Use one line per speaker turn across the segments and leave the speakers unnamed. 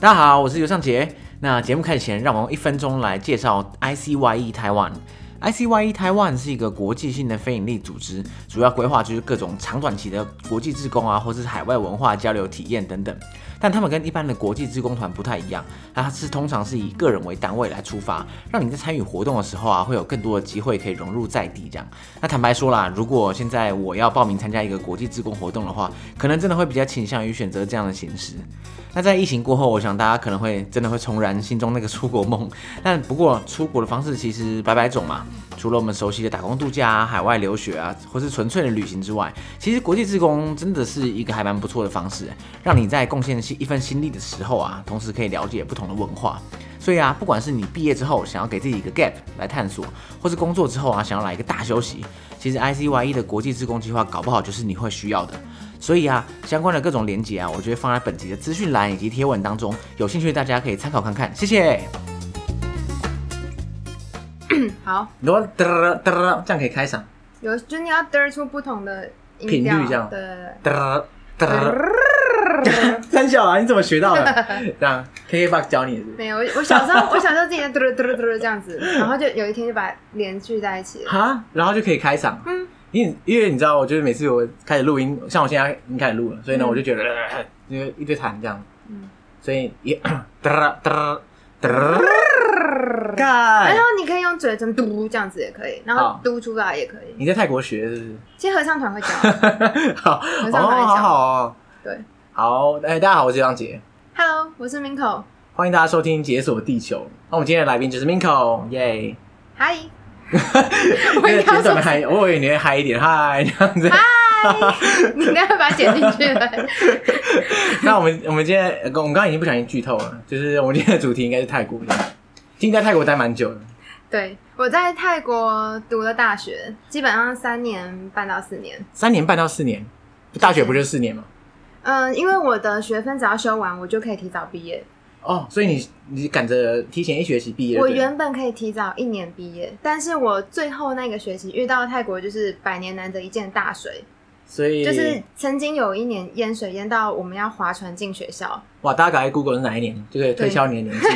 大家好，我是尤尚杰。那节目开始前，让我用一分钟来介绍 ICYE 台湾。ICYE 台湾 E 是一个国际性的非营利组织，主要规划就是各种长短期的国际志工啊，或是海外文化交流体验等等。但他们跟一般的国际志工团不太一样，它是通常是以个人为单位来出发，让你在参与活动的时候啊，会有更多的机会可以融入在地这样。那坦白说啦，如果现在我要报名参加一个国际志工活动的话，可能真的会比较倾向于选择这样的形式。那在疫情过后，我想大家可能会真的会重燃心中那个出国梦。 但不过出国的方式其实百百种嘛，除了我们熟悉的打工度假啊、海外留学啊，或是纯粹的旅行之外，其实国际志工真的是一个还蛮不错的方式，让你在贡献一份心力的时候啊，同时可以了解不同的文化。所以啊，不管是你毕业之后想要给自己一个 gap 来探索，或是工作之后啊想要来一个大休息，其实 ICYE E 的国际志工计划搞不好就是你会需要的。所以啊，相关的各种连结啊，我就会放在本集的资讯栏以及贴文当中，有兴趣的大家可以参考看看。谢谢。
好，
你说嘚嘚嘚，这样可以开场。
有就是你要嘚出不同的
频
音调，
率这样
对对
嘚嘚，
对。
三小啊，你怎么学到 的？这样 KKBox 教你的是不是？
没有， 我我小时候我小时候自己在嘚嘚嘚嘚这样子，然后就有一天就把连聚在一起了。
哈，然后就可以开场。
嗯，
因为因为你知道，我就是每次我开始录音，像我现在已经开始录了，所以呢，
嗯
我就觉得呃因为一堆痰这样，
嗯
所以也 嘚嘚 嘚，干哎
然后。你可以用嘴唇嘟这样子也可以，然后
好
嘟出来也可以。
你在泰国学是不是？
其实合唱团会教。
好，
很
哦，
少拿来
好
讲
好哦，
对
好，哎、大家好，我是张杰，
，Hello，我是 Minko，
欢迎大家收听《解锁地球》。那我们今天的来宾就是 Minko，耶！
嗨，
那
我
个
也要
简短
说啊
的嗨，我以为你会嗨一点，嗨 这样子。
你应该会把它剪进去的。
那我们我们今天，呃我们刚刚已经不小心剧透了，就是我们今天的主题应该是泰国的。今天在泰国待蛮久的，
对，我在泰国读了大学，基本上三年半到四年。
三年半到四年，大学不就四年吗？
嗯，因为我的学分只要修完，我就可以提早毕业。
哦，所以你你赶着提前一学期毕业就
我
对了，
原本可以提早一年毕业，但是我最后那个学期遇到泰国就是百年难得一见大水，
所以
就是曾经有一年淹水淹到我们要划船进学校，
哇，大家赶快 Google 是哪一年，就可以推敲你的年纪。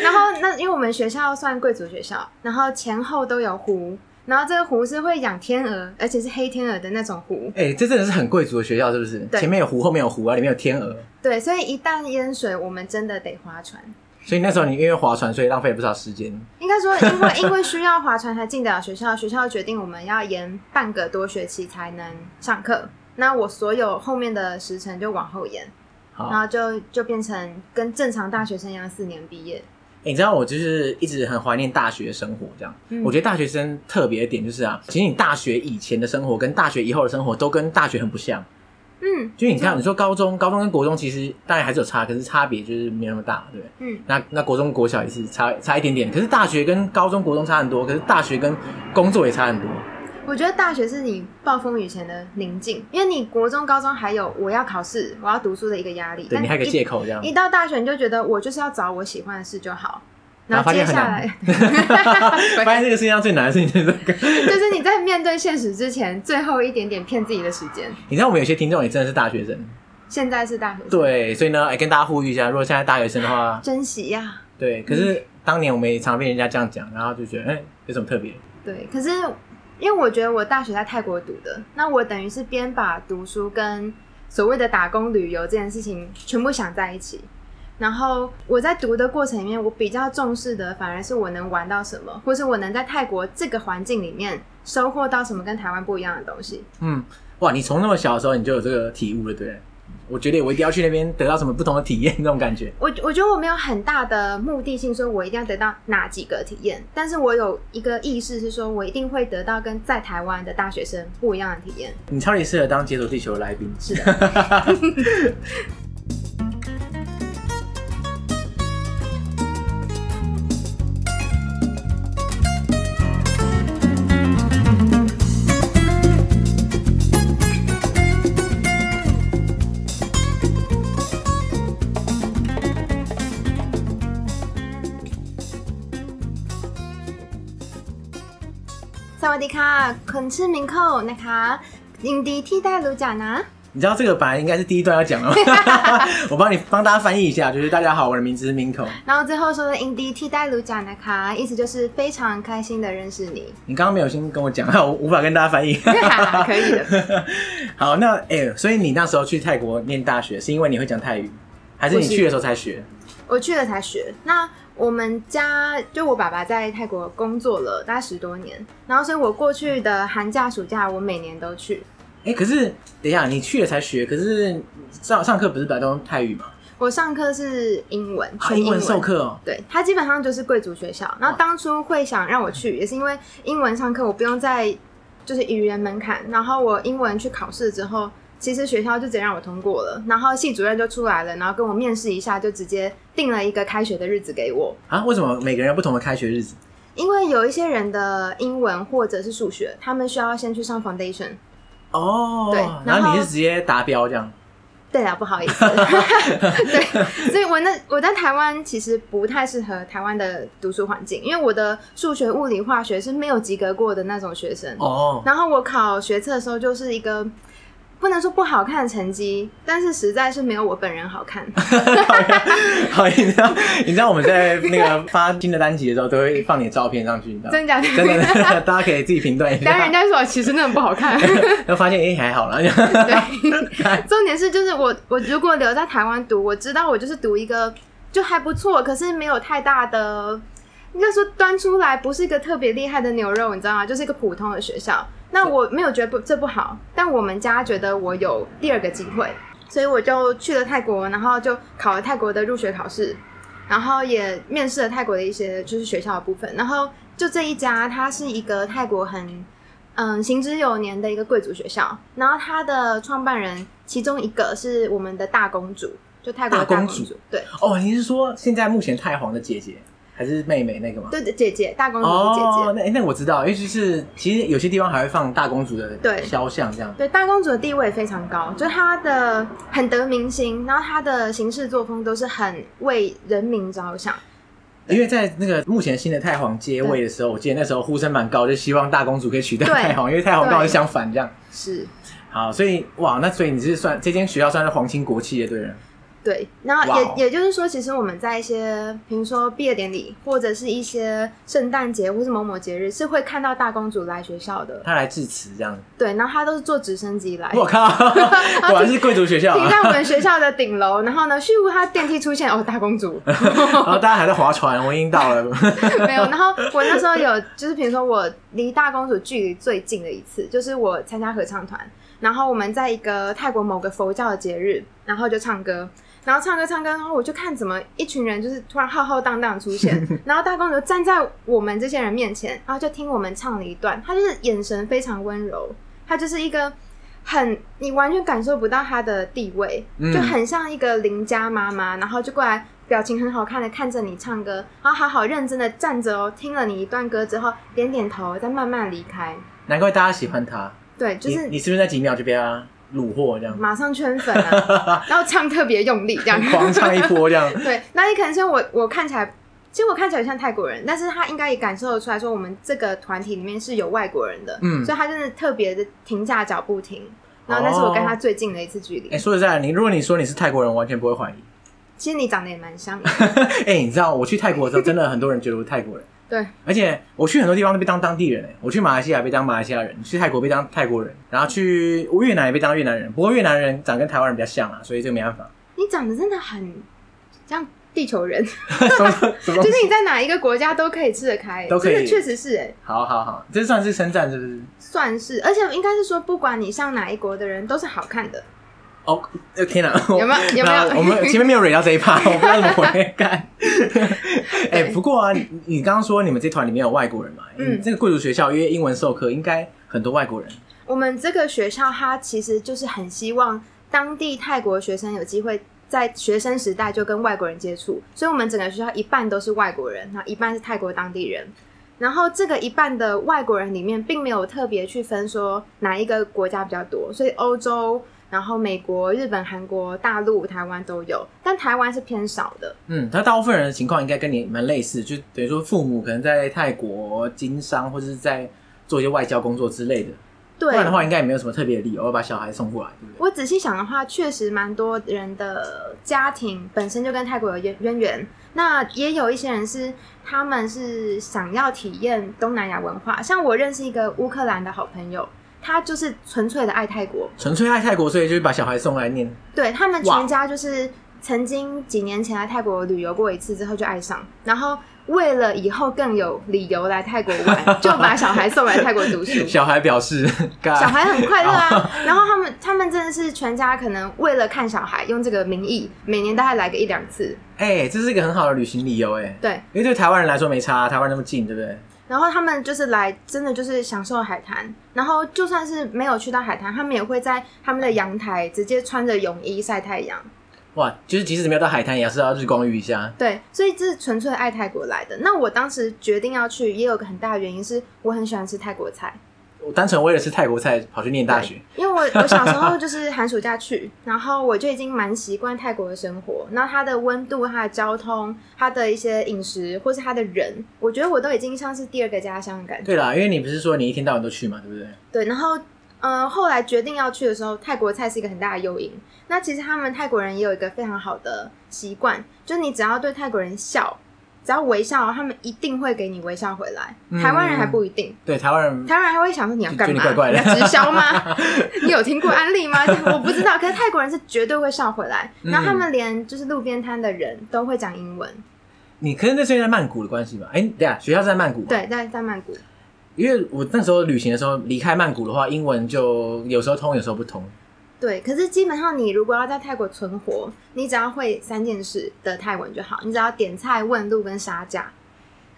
然后那因为我们学校算贵族学校，然后前后都有湖，然后这个湖是会养天鹅，而且是黑天鹅的那种湖，
哎、这真的是很贵族的学校，是不是？
对
前面有湖，后面有湖啊，里面有天鹅，
对，所以一旦淹水，我们真的得划船。
所以那时候你因为划船，所以浪费了不少时间。
应该说，因为因为需要划船才进得了学校，学校决定我们要延半个多学期才能上课。那我所有后面的时程就往后延，
好，
然
哎、
后就就变成跟正常大学生一样四年毕业。
哎你知道我就是一直很怀念大学生活，这样。
嗯
我觉得大学生特别的点就是啊，其实你大学以前的生活跟大学以后的生活都跟大学很不像。
嗯
就是你看，你说高中，高中跟国中其实当然还是有差，可是差别就是没有那么大，对不对？
嗯，
那那国中、国小也是差差一点点，可是大学跟高中、国中差很多，可是大学跟工作也差很多。
我觉得大学是你暴风雨前的宁静，因为你国中、高中还有我要考试、我要读书的一个压力，
对
但
你还有个
哎一
借口这样。
一到大学你就觉得我就是要找我喜欢的事就好，
然
然
后
后
发现
接
很
下
难
来
发 现这个世界上最难的事情就是这个。
就是你在面对现实之前，最后一点点骗自己的时间。
你知道我们有些听众也真的是大学生，
现在是大学生，
对，所以呢，哎，跟大家呼吁一下，如果现在大学生的话，
珍惜呀、
对，可
嗯
是当年我们也常被人家这样讲，然后就觉得，哎，有什么特别？
对，可是因为我觉得我大学在泰国读的，那我等于是边把读书跟所谓的打工旅游这件事情全部想在一起。然后我在读的过程里面，我比较重视的反而是我能玩到什么，或是我能在泰国这个环境里面收获到什么跟台湾不一样的东西。
嗯，哇，你从那么小的时候你就有这个体悟了，对不对？我觉得我一定要去那边得到什么不同的体验，那种感觉。
我我觉得我没有很大的目的性，说我一定要得到哪几个体验，但是我有一个意识是说，我一定会得到跟在台湾的大学生不一样的体验。
你超级适合当解锁地球的来宾。
是的。สวัสดีค่ะคุณชื่อมิงโคนะคะยินดีที่ได้รู้จักนะ
你知道这个本来应该是第一段要讲 的吗？我帮你帮大家翻译一下，就是大家好，我的名字是 Minko。
然后最后说的 i n d 替代卢贾纳卡，意思就是非常开心的认识你，
你刚刚没有先跟我讲，我无法跟大家翻 译。
可以的。
好，那哎、所以你那时候去泰国念大学，是因为你会讲泰语，还是你
不是
去的时候才学？
我去了才学。那我们家就我爸爸在泰国工作了大概十多年，然后所以我过去的寒假、暑假我每年都去。
哎、可是等一下，你去了才学，可是上上课不是本来都用泰语吗？
我上课是英文，
啊，
全
英
英
文授。课哦。
对，它基本上就是贵族学校。然后当初会想让我去，也是因为英文上课我不用再就是语言门槛，然后我英文去考试之后，其实学校就直接让我通过了，然后系主任就出来了，然后跟我面试一下，就直接定了一个开学的日子给我。
啊，为什么每个人有不同的开学日子？
因为有一些人的英文或者是数学，他们需要先去上 foundation。
哦，
对
然
然
后
后
你是直接达标这样。
对啊了，不好 意思，对，所以我那我在台湾其实不太适合台湾的读书环境，因为我的数学、物理、化学是没有及格过的那种学生。
哦，
然后我考学测的时候就是一个不能说不好看的成绩，但是实在是没有我本人好看。
讨 厌，讨厌！你知道，你知道我们在那个发新的单集的时候，都会放你的照片上去，你知道吗？
真假的？
真的，真的 大家可以自己评断一
当然，人
下。
家说其实那很不好看。
然后发现，哎、还好啦。
对，重点是就是我我如果留在台湾读，我知道我就是读一个就还不错，可是没有太大的，应该说端出来不是一个特别厉害的牛肉，你知道吗？就是一个普通的学校。那我没有觉得不这不好，但我们家觉得我有第二个机会，所以我就去了泰国，然后就考了泰国的入学考试，然后也面试了泰国的一些就是学校的部分，然后就这一家，它是一个泰国很嗯行之有年的一个贵族学校，然后它的创办人其中一个是我们的大公主，就泰国的
大公
大啊公
主
主，对
哦，你是说现在目前太皇的姐姐还是妹妹那个吗？
对对姐姐，大公主是姐姐，
哦，那诶那我知道，尤其是其实有些地方还会放大公主的
对
肖像这样。
对，大公主的地位非常高，就是她的很得民心，然后她的行事作风都是很为人民着想。
因为在那个目前新的太皇接位的时候，我记得那时候呼声蛮高，就希望大公主可以取代
对
太皇，因为太皇
对
刚好是相反这样。
是，
好，所以哇，那所以你是算这间学校算是皇亲国戚的对了。
对，然后
哇
也、
哦
也就是说，其实我们在一些，比如说毕业典礼，或者是一些圣诞节或是某某节日，是会看到大公主来学校的。
他来致辞这样。
对，然后她都是坐直升机来，
我
停
靠，果然是贵族学 校、啊
在。我们学校的顶楼，然后呢，咻，她电梯出现，哦，大公主。
然后大家还在划船，我已经 到了。
没有。然后我那时候有，就是比如说我离大公主距离最近的一次，就是我参加合唱团，然后我们在一个泰国某个佛教的节日，然后就唱歌。然后唱歌唱歌，然后我就看怎么一群人就是突然浩浩荡荡出现，然后大公主站在我们这些人面前，然后就听我们唱了一段，她就是眼神非常温柔，她就是一个很你完全感受不到她的地位，
嗯
就很像一个邻家妈妈，然后就过来，表情很好看的看着你唱歌，然后好好认真的站着哦，听了你一段歌之后，点点头，再慢慢离开。
难怪大家喜欢他。
对，就
你
是
你是不是在几秒就被他虏获这样？。
马上圈粉啊，然后唱特别用力这样
狂唱一波这样。
对，那也可能是我我看起来，其实我看起来像泰国人，但是他应该也感受得出来说，我们这个团体里面是有外国人的，
嗯
所以他真的特别的停下脚步听。然后那是我跟他
哦
最近的一次距离。
哎、说实在的，你如果你说你是泰国人，我完全不会怀疑。
其实你长得也蛮像的，
哎、你知道我去泰国的时候，真的很多人觉得我是泰国人，
对，
而且我去很多地方都被当当地人、哎，我去马来西亚被当马来西亚人，去泰国被当泰国人，然后去越南也被当越南人。不过越南人长跟台湾人比较像啊，所以这个没办 法。
你长得真的很像地球人。
什么什么东
就
西？
是你在哪一个国家都可以吃得开，
都可以
真的确实是哎、
好好好，这算是称赞是不是？
算是，而且应该是说，不管你上哪一国的人都是好看的，
哦，呃天哪！我
有没有？有没
那
有？
我们前面没有蕊到这一趴，我不知道怎么回干。 哎、
对
不过啊，你你刚刚说你们这团里面有外国人嘛？嗯，
嗯
这个贵族学校因为英文授课，应该很多外国人。
我们这个学校，它其实就是很希望当地泰国学生有机会在学生时代就跟外国人接触，所以我们整个学校一半都是外国人，然后一半是泰国当地人。然后这个一半的外国人里面，并没有特别去分说哪一个国家比较多，所以欧洲、然后美国、日本、韩国、大陆、台湾都有，但台湾是偏少的。
嗯，他大部分人的情况应该跟你蛮类似，就等于说父母可能在泰国经商，或者是在做一些外交工作之类的。不
对，
然的话应该也没有什么特别的理由要把小孩送过来，对不 对？
我仔细想的话，确实蛮多人的家庭本身就跟泰国有渊渊源。那也有一些人是他们是想要体验东南亚文化，像我认识一个乌克兰的好朋友，他就是纯粹的爱泰国，
纯粹爱泰国，所以就是把小孩送来念。
对他们
哇
全家就是曾经几年前来泰国旅游过一次之后就爱上，然后为了以后更有理由来泰国玩，就把小孩送来泰国读书。
小孩表示，
小
小
孩很快乐啊。 然后他们他们真的是全家可能为了看小孩，用这个名义，每年大概来个一两次。
哎、这是一个很好的旅行理由哎、
对，
因为对台湾人来说没差、台湾那么近，对不对？
然后他们就是来，真的就是享受海滩。然后就算是没有去到海滩，他们也会在他们的阳台直接穿着泳衣晒太阳。
哇，就是即使没有到海滩，也是要日光浴一下。
对，所以这是纯粹爱泰国来的。那我当时决定要去，也有个很大的原因是我很喜欢吃泰国菜。
我单纯为了吃泰国菜跑去念大学，
因为我我小时候就是寒暑假去，然后我就已经蛮习惯泰国的生活。那它的温度、它的交通、它的一些饮食，或是它的人，我觉得我都已经像是第二个家乡的感觉。
对啦，因为你不是说你一天到晚都去嘛，对不对？
对，然后呃，后来决定要去的时候，泰国菜是一个很大的诱因。那其实他们泰国人也有一个非常好的习惯，就是你只要对泰国人笑，只要微笑，哦他们一定会给你微笑回来。
嗯
台湾人还不一定。
对，台湾人
台湾人还会想说你要干
觉得
嘛？
你怪怪的
你要直 销吗？你有听过安利吗？我不知道，可是泰国人是绝对会笑回来，
嗯
然后他们连就是路边摊的人都会讲英文。
你可能那时候在曼谷的关系吧？哎、对啊，学校是在曼谷。，
对，在在曼谷，
因为我那时候旅行的时候离开曼谷的话，英文就有时候通，有时候不通。
对，可是基本上你如果要在泰国存活，你只要会三件事的泰文就好，你只要点菜、问路跟杀价。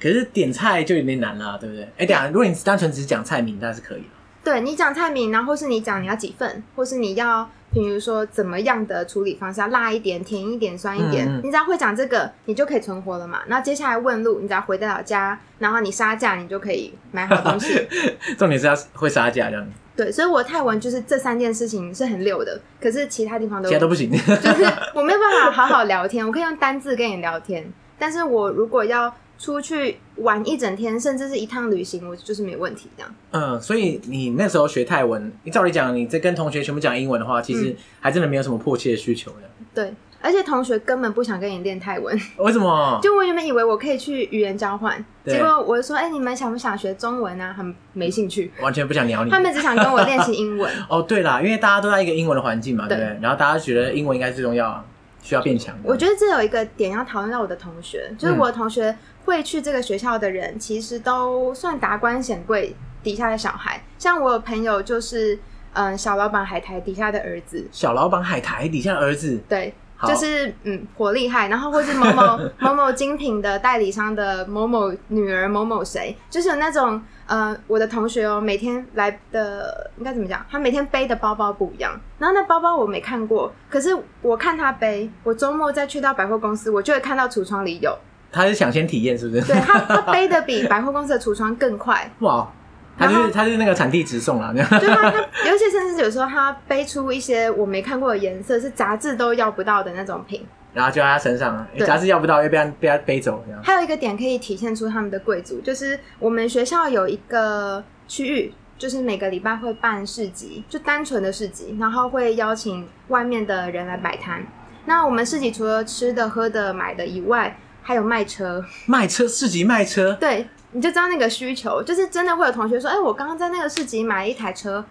可是点菜就有点难啦、对不对？哎、对啊，如果你单纯只讲菜名，那是可以的。
对你讲菜名，然后或是你讲你要几份，或是你要比如说怎么样的处理方式，要辣一点、甜一点、酸一点，
嗯嗯
你只要会讲这个，你就可以存活了嘛。那接下来问路，你只要回得了家，然后你杀价，你就可以买好 东西。
重点是要会杀价这样，
对，所以我泰文就是这三件事情是很溜的，可是其他地方都
其他都不行。
就是我没有办法好好聊天，我可以用单字跟你聊天，但是我如果要出去玩一整天，甚至是一趟旅行，我就是没问题这样。
嗯，所以你那时候学泰文，你照理讲，你在跟同学全部讲英文的话，其实还真的没有什么迫切的需求的。
对，而且同学根本不想跟你练泰文。
为什么？
就我原本以为我可以去语言交换，
对
结果我就说：“哎、你们想不想学中文啊？”他们没兴趣，
完全不想鸟你
他。们只想跟我练习 英文。
哦，对啦，因为大家都在一个英文的环境嘛，对
对
不对？然后大家觉得英文应该是最重要啊，需要变强。
我觉得这有一个点要讨论到我的同学，就是
嗯
我的同学会去这个学校的人，其实都算达官显贵底下的小孩。像我有朋友就是，嗯，小老板海苔底下的儿子，
小老板海苔底下儿子，
对，
好
就是嗯，火厉害，然后或是某某某某精品的代理商的某某女儿某某谁，就是有那种呃，我的同学哦，每天来的应该怎么讲？他每天背的包包不一样，然后那包包我没看过，可是我看他背，我周末再去到百货公司，我就会看到橱窗里有，
他是想先体验，是不是？
对他他背的比百货公司的橱窗更快，
哇，他就
然
是
后
他就是那个产地直送啊啦，这样
就他他，尤其甚至有时候他背出一些我没看过的颜色，是杂志都要不到的那种品。
然后就在他身上，啊诶
对
杂志要不到又被他被他背走，这样。
还有一个点可以体现出他们的贵族，就是我们学校有一个区域，就是每个礼拜会办市集，就单纯的市集，然后会邀请外面的人来摆摊。那我们市集除了吃的、喝的、买的以外，还有卖车。
卖车市集卖车，
对，你就知道那个需求，就是真的会有同学说：“哎、我刚刚在那个市集买了一台车。”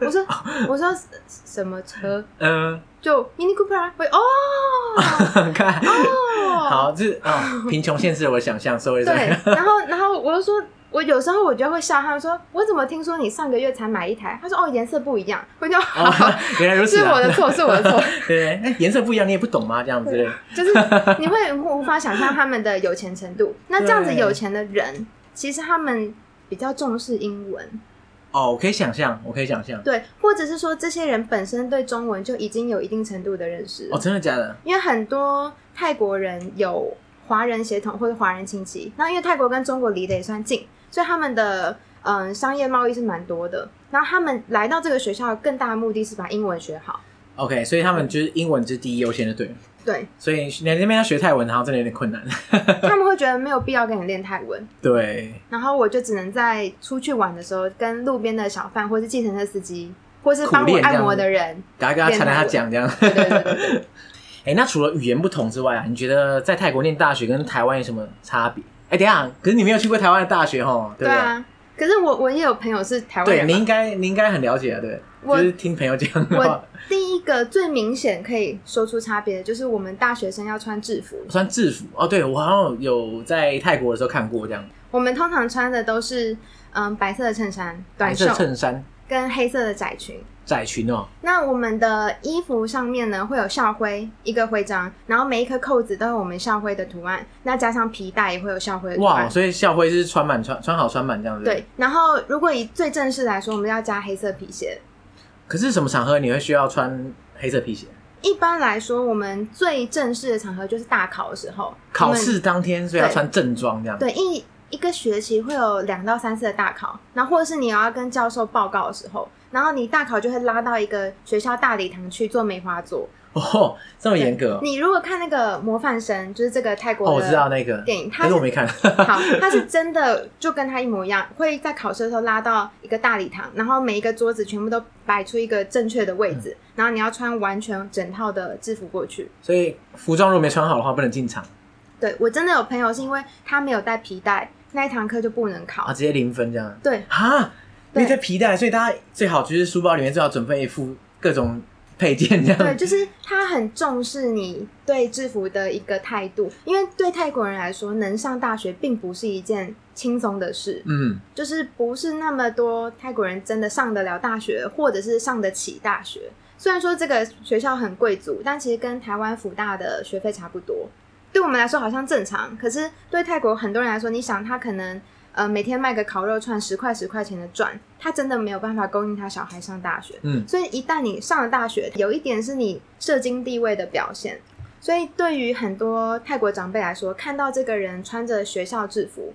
我说：“我说什么车？
嗯，
就 Mini Cooper 啊。”我 哦
看，
哦，
好，这啊，贫穷限制了我的想象，所以
对，然后然后我就说，我有时候我就会笑他们说，我怎么听说你上个月才买一台？他说哦，颜色不一样。我就
哦
好，，
原来如此
是
啊，
我的错，是我的错。
对，哎，颜色不一样，你也不懂吗？这样子，
就是啊你会无法想象他们的有钱程度。那这样子
对
有钱的人，其实他们比较重视英文，
哦，我可以想象，我可以想象，
对，或者是说这些人本身对中文就已经有一定程度的认识了
哦，真的假的？
因为很多泰国人有华人血统或者华人亲戚，那因为泰国跟中国离得也算近，所以他们的嗯商业贸易是蛮多的。然后他们来到这个学校，更大的目的是把英文学好。
OK，所以他们就是英文是第一优先的，对了。
对，
所以你在那边要学泰文，然后真的有点困难。
他们会觉得没有必要跟你练泰文，
对，
然后我就只能在出去玩的时候，跟路边的小贩，或是计程车司机，或是帮
苦
我
练这样
按摩的人，
赶快跟他谈谈他讲这样。
对对对对对。
哎、那除了语言不同之外啊，你觉得在泰国念大学跟台湾有什么差别？哎、等一下，可是你没有去过台湾的大学哦， 对
对
不对？
啊，可是我我也有朋友是台湾
对，
人啊
你
嘛。
应该你应该很了解啊，对，就
我
是听朋友讲的话
我，第一个最明显可以说出差别的就是我们大学生要穿制服，
穿制服哦，对我好像有在泰国的时候看过这样，
我们通常穿的都是嗯白色的衬衫、
白
短袖
色衬衫、
跟黑色的窄裙。
窄裙哦，
那我们的衣服上面呢会有校徽一个徽章，然后每一颗扣子都有我们校徽的图案，那加上皮带也会有校徽的图
哇，
案。
所以校徽是穿满穿穿好穿满这样子。
对，，然后如果以最正式来说，我们要加黑色皮鞋。
可是什么场合你会需要穿黑色皮鞋？
一般来说，我们最正式的场合就是大考的时候，
考
我们
试当天所以要穿正装这样。
对一一个学期会有两到三次的大考，然后或者是你要跟教授报告的时候，然后你大考就会拉到一个学校大礼堂去做梅花座。
哦，这么严格哦。
你如果看那个模范生，就是这个泰国
哦，
的，
我知道那个
电影它
但是
是
我没看。
好，他是真的就跟他一模一样，会在考试的时候拉到一个大礼堂，然后每一个桌子全部都摆出一个正确的位
嗯
置，然后你要穿完全整套的制服过去。
所以服装如果没穿好的话，不能进场
对我真的有朋友是因为他没有带皮带，那一堂课就不能考。
啊，直接零分这样。
对
啊，
对
那在皮带，所以大家最好就是书包里面最好准备一副各种配件这
对，
样。
就是他很重视你对制服的一个态度，因为对泰国人来说，能上大学并不是一件轻松的事，
嗯，
就是不是那么多泰国人真的上得了大学，或者是上得起大学。虽然说这个学校很贵族，但其实跟台湾福大的学费差不多。对我们来说好像正常，可是对泰国很多人来说，你想他可能呃每天卖个烤肉串十块十块钱的赚，他真的没有办法供应他小孩上大学。
嗯
所以一旦你上了大学，有一点是你社经地位的表现。所以对于很多泰国长辈来说，看到这个人穿着学校制服，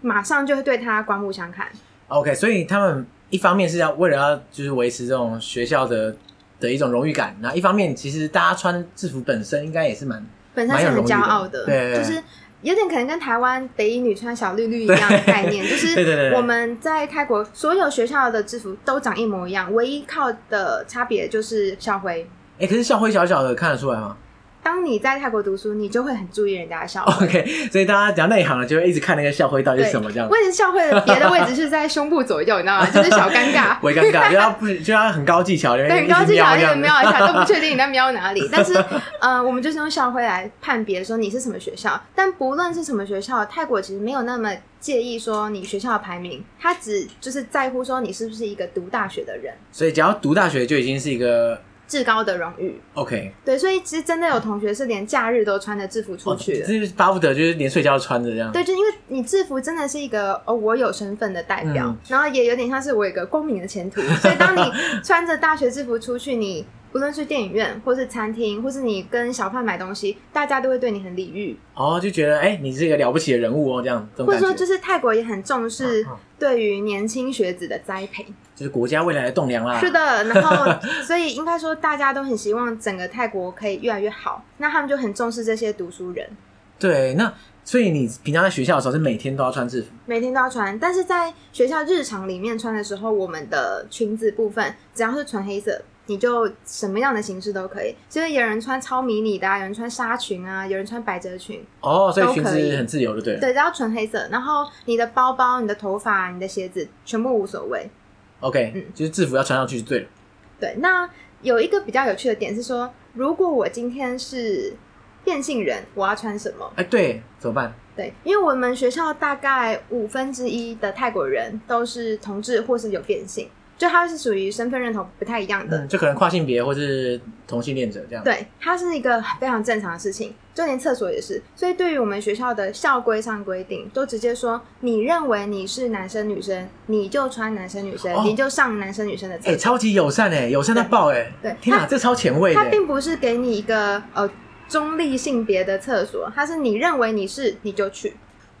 马上就会对他刮目相看。
OK，所以他们一方面是要为了要就是维持这种学校的的一种荣誉感，然后一方面其实大家穿制服本身应该也是蛮
本身是很骄傲的，
蛮有荣誉感对
就是有点可能跟台湾北一女穿小绿绿一样的概 念，就
对对对
是
对
我们在泰国所有学校的制服都长一模一样，唯一靠的差别就是校徽。
哎、可是校徽小小的看得出来吗
当你在泰国读书，你就会很注意人家的校徽。
？OK，所以大家只要内行了，就会一直看那个校徽到底
对，
是什么这样子。
位置校会的别的位置是在胸部左右，你知道吗？就是小尴 尬
微尴尬，就要不就要很高技巧，对
对，很高技巧，一直瞄一下，都不确定你在瞄 哪里。但是，呃，我们就是用校徽来判别说你是什么学校。但不论是什么学校，泰国其实没有那么介意说你学校的排名，他只就是在乎说你是不是一个读大学的人，
所以只要读大学就已经是一个
至高的荣誉。
OK
对，所以其实真的有同学是连假日都穿着制服出去的。
这就是巴不得就是连睡觉都穿着这样。
对，就因为你制服真的是一个哦，我有身份的代表，
嗯
然后也有点像是我有一个光明的前途。所以当 你穿着大学制服出去，你不论是电影院，或是餐厅，或是你跟小贩买东西，大家都会对你很礼遇，
哦，就觉得哎、你是一个了不起的人物哦，这样这种
或
感
者
觉，
说就是泰国也很重视
嗯嗯
对于年轻学子的栽培。
就是国家未来的栋梁啦。
是，的，然后所以应该说大家都很希望整个泰国可以越来越好，那他们就很重视这些读书人。
对，那所以你平常在学校的时候是每天都要穿制服，
每天都要穿，但是在学校日常里面穿的时候，我们的裙子部分只要是纯黑色，你就什么样的形式都可以。所以有人穿超迷你的、啊，有人穿纱裙啊，有人穿百褶裙，
哦，所以裙
都可
子
以
很自由，就对了。
对，只要纯黑色。然后啊你的包包、你的头发、你的鞋子全部无所谓。
OK，、
嗯
就是制服要穿上去就对了。
对，那有一个比较有趣的点是说，如果我今天是变性人，我要穿什么？
哎、对，怎么办？
对，因为我们学校大概五分之一的泰国人都是同志或是有变性，就他是属于身份认同不太一样的。
嗯，就可能跨性别或是同性恋者这样。，
对，它是一个非常正常的事情，就连厕所也是。所以对于我们学校的校规上规定，都直接说，你认为你是男生女生，你就穿男生女生，
哦
你就上男生女生的
哎、
厕所。
超级友善哎、友善到爆哎、
对
天哪，这超前卫的、
它
欸。
并不是给你一个呃中立性别的厕所，它是你认为你是你就去。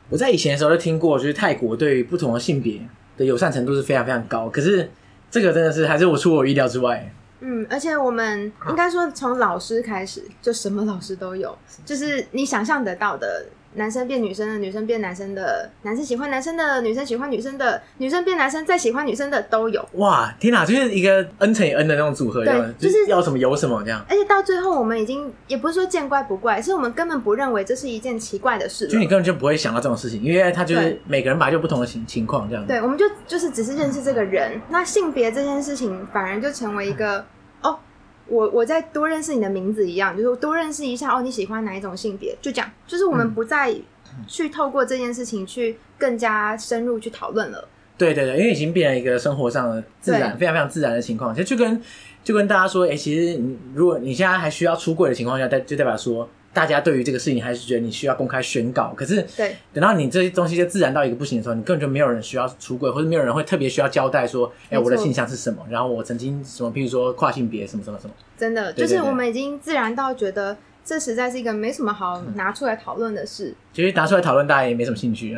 我在以前的时候就听过，就是泰国对于不同的性别的友善程度是非常非常高，可是这个真的是还是我出我意料之外。
嗯，而且我们应该说从老师开始，就什么老师都有，就是你想象得到的，男生变女生的，女生变男生的，男生喜欢男生的，女生喜欢女生的，女生变男生再喜欢女生的都有。
哇，天哪，就是一个 n 乘以 n 的那种组合，这
对
样
就是
是要什么有什么这样。
而且到最后，我们已经也不是说见怪不怪，是我们根本不认为这是一件奇怪的事
就你
了。
根本就不会想到这种事情，因为他就是
对
每个人本来就不同的情情况这样。
对，我们就就是只是认识这个人。那性别这件事情，反而就成为一个哦，我我再多认识你的名字一样，就是多认识一下哦，你喜欢哪一种性别，就这样。就是我
嗯
们不再去透过这件事情去更加深入去讨论了。
对对对，因为已经变成一个生活上的自然，
对
非常非常自然的情况，其实就跟就跟大家说，哎、其实你如果你现在还需要出柜的情况下，代就代表说。大家对于这个事情还是觉得你需要公开宣告，可是
对
等到你这些东西就自然到一个不行的时候，你根本就没有人需要出柜，或者没有人会特别需要交代说，哎、
没错
我的性向是什么，然后我曾经什么，譬如说跨性别什么什么什么，
真的，
对对
就是
对
我们已经自然到觉得这实在是一个没什么好
嗯
拿出来讨论的事。
其实拿出来讨论，大家也没什么兴趣，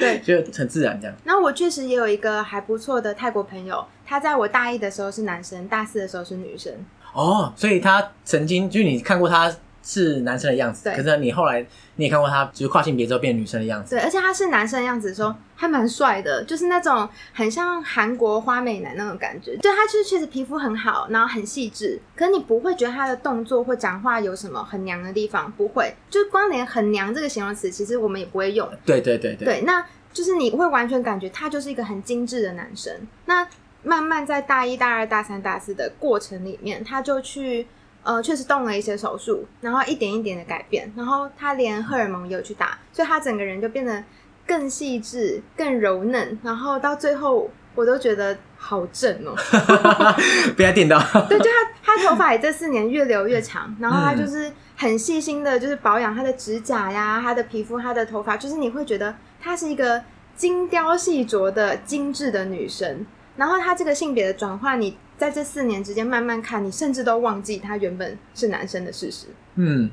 对
就很自然这样。
那我确实也有一个还不错的泰国朋友，他在我大一的时候是男生，大四的时候是女生。
哦，所以他曾经就是你看过他是男生的样子，
对
可是呢你后来你也看过他就是跨性别之后变女生的样子。
对，而且他是男生的样子的时候，还蛮帅的，就是那种很像韩国花美男那种感觉。对，他就是确实皮肤很好，然后很细致，可你不会觉得他的动作或讲话有什么很娘的地方，不会。就是光连“很娘”这个形容词，其实我们也不会用。
对对对对，
对，那就是你会完全感觉他就是一个很精致的男生。那慢慢在大一、大二、大三、大四的过程里面，他就去呃，确实动了一些手术，然后一点一点的改变，然后他连荷尔蒙也有去打，所以他整个人就变得更细致、更柔嫩，然后到最后我都觉得好正哦、
被他电到。
对，就他他头发也这四年越留越长，然后他就是很细心的，就是保养他的指甲呀、他的皮肤、他的头发，就是你会觉得她是一个精雕细琢的精致的女生。然后她这个性别的转换，你在这四年之间慢慢看，你甚至都忘记她原本是男生的事实。
嗯，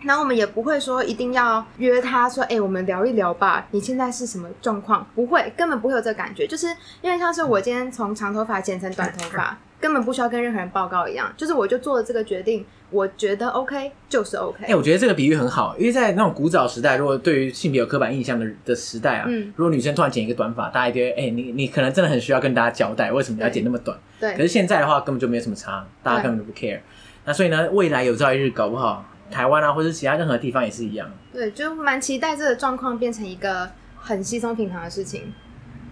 然后我们也不会说一定要约他说，哎、我们聊一聊吧，你现在是什么状况？不会，根本不会有这个感觉，就是因为像是我今天从长头发剪成短头发，根本不需要跟任何人报告一样，就是我就做了这个决定，我觉得 OK 就是 OK。
哎、我觉得这个比喻很好，因为在那种古早时代，如果对于性别有刻板印象的的时代啊，
嗯
如果女生突然剪一个短发，大家一定会，哎、你你可能真的很需要跟大家交代为什么要
对
剪那么短。可
对
是现在的话，根本就没有什么差，大家根本就不 care。那所以呢，未来有朝一日，搞不好台湾啊，或者是其他任何地方也是一样。
对，就蛮期待这个状况变成一个很稀松平常的事情。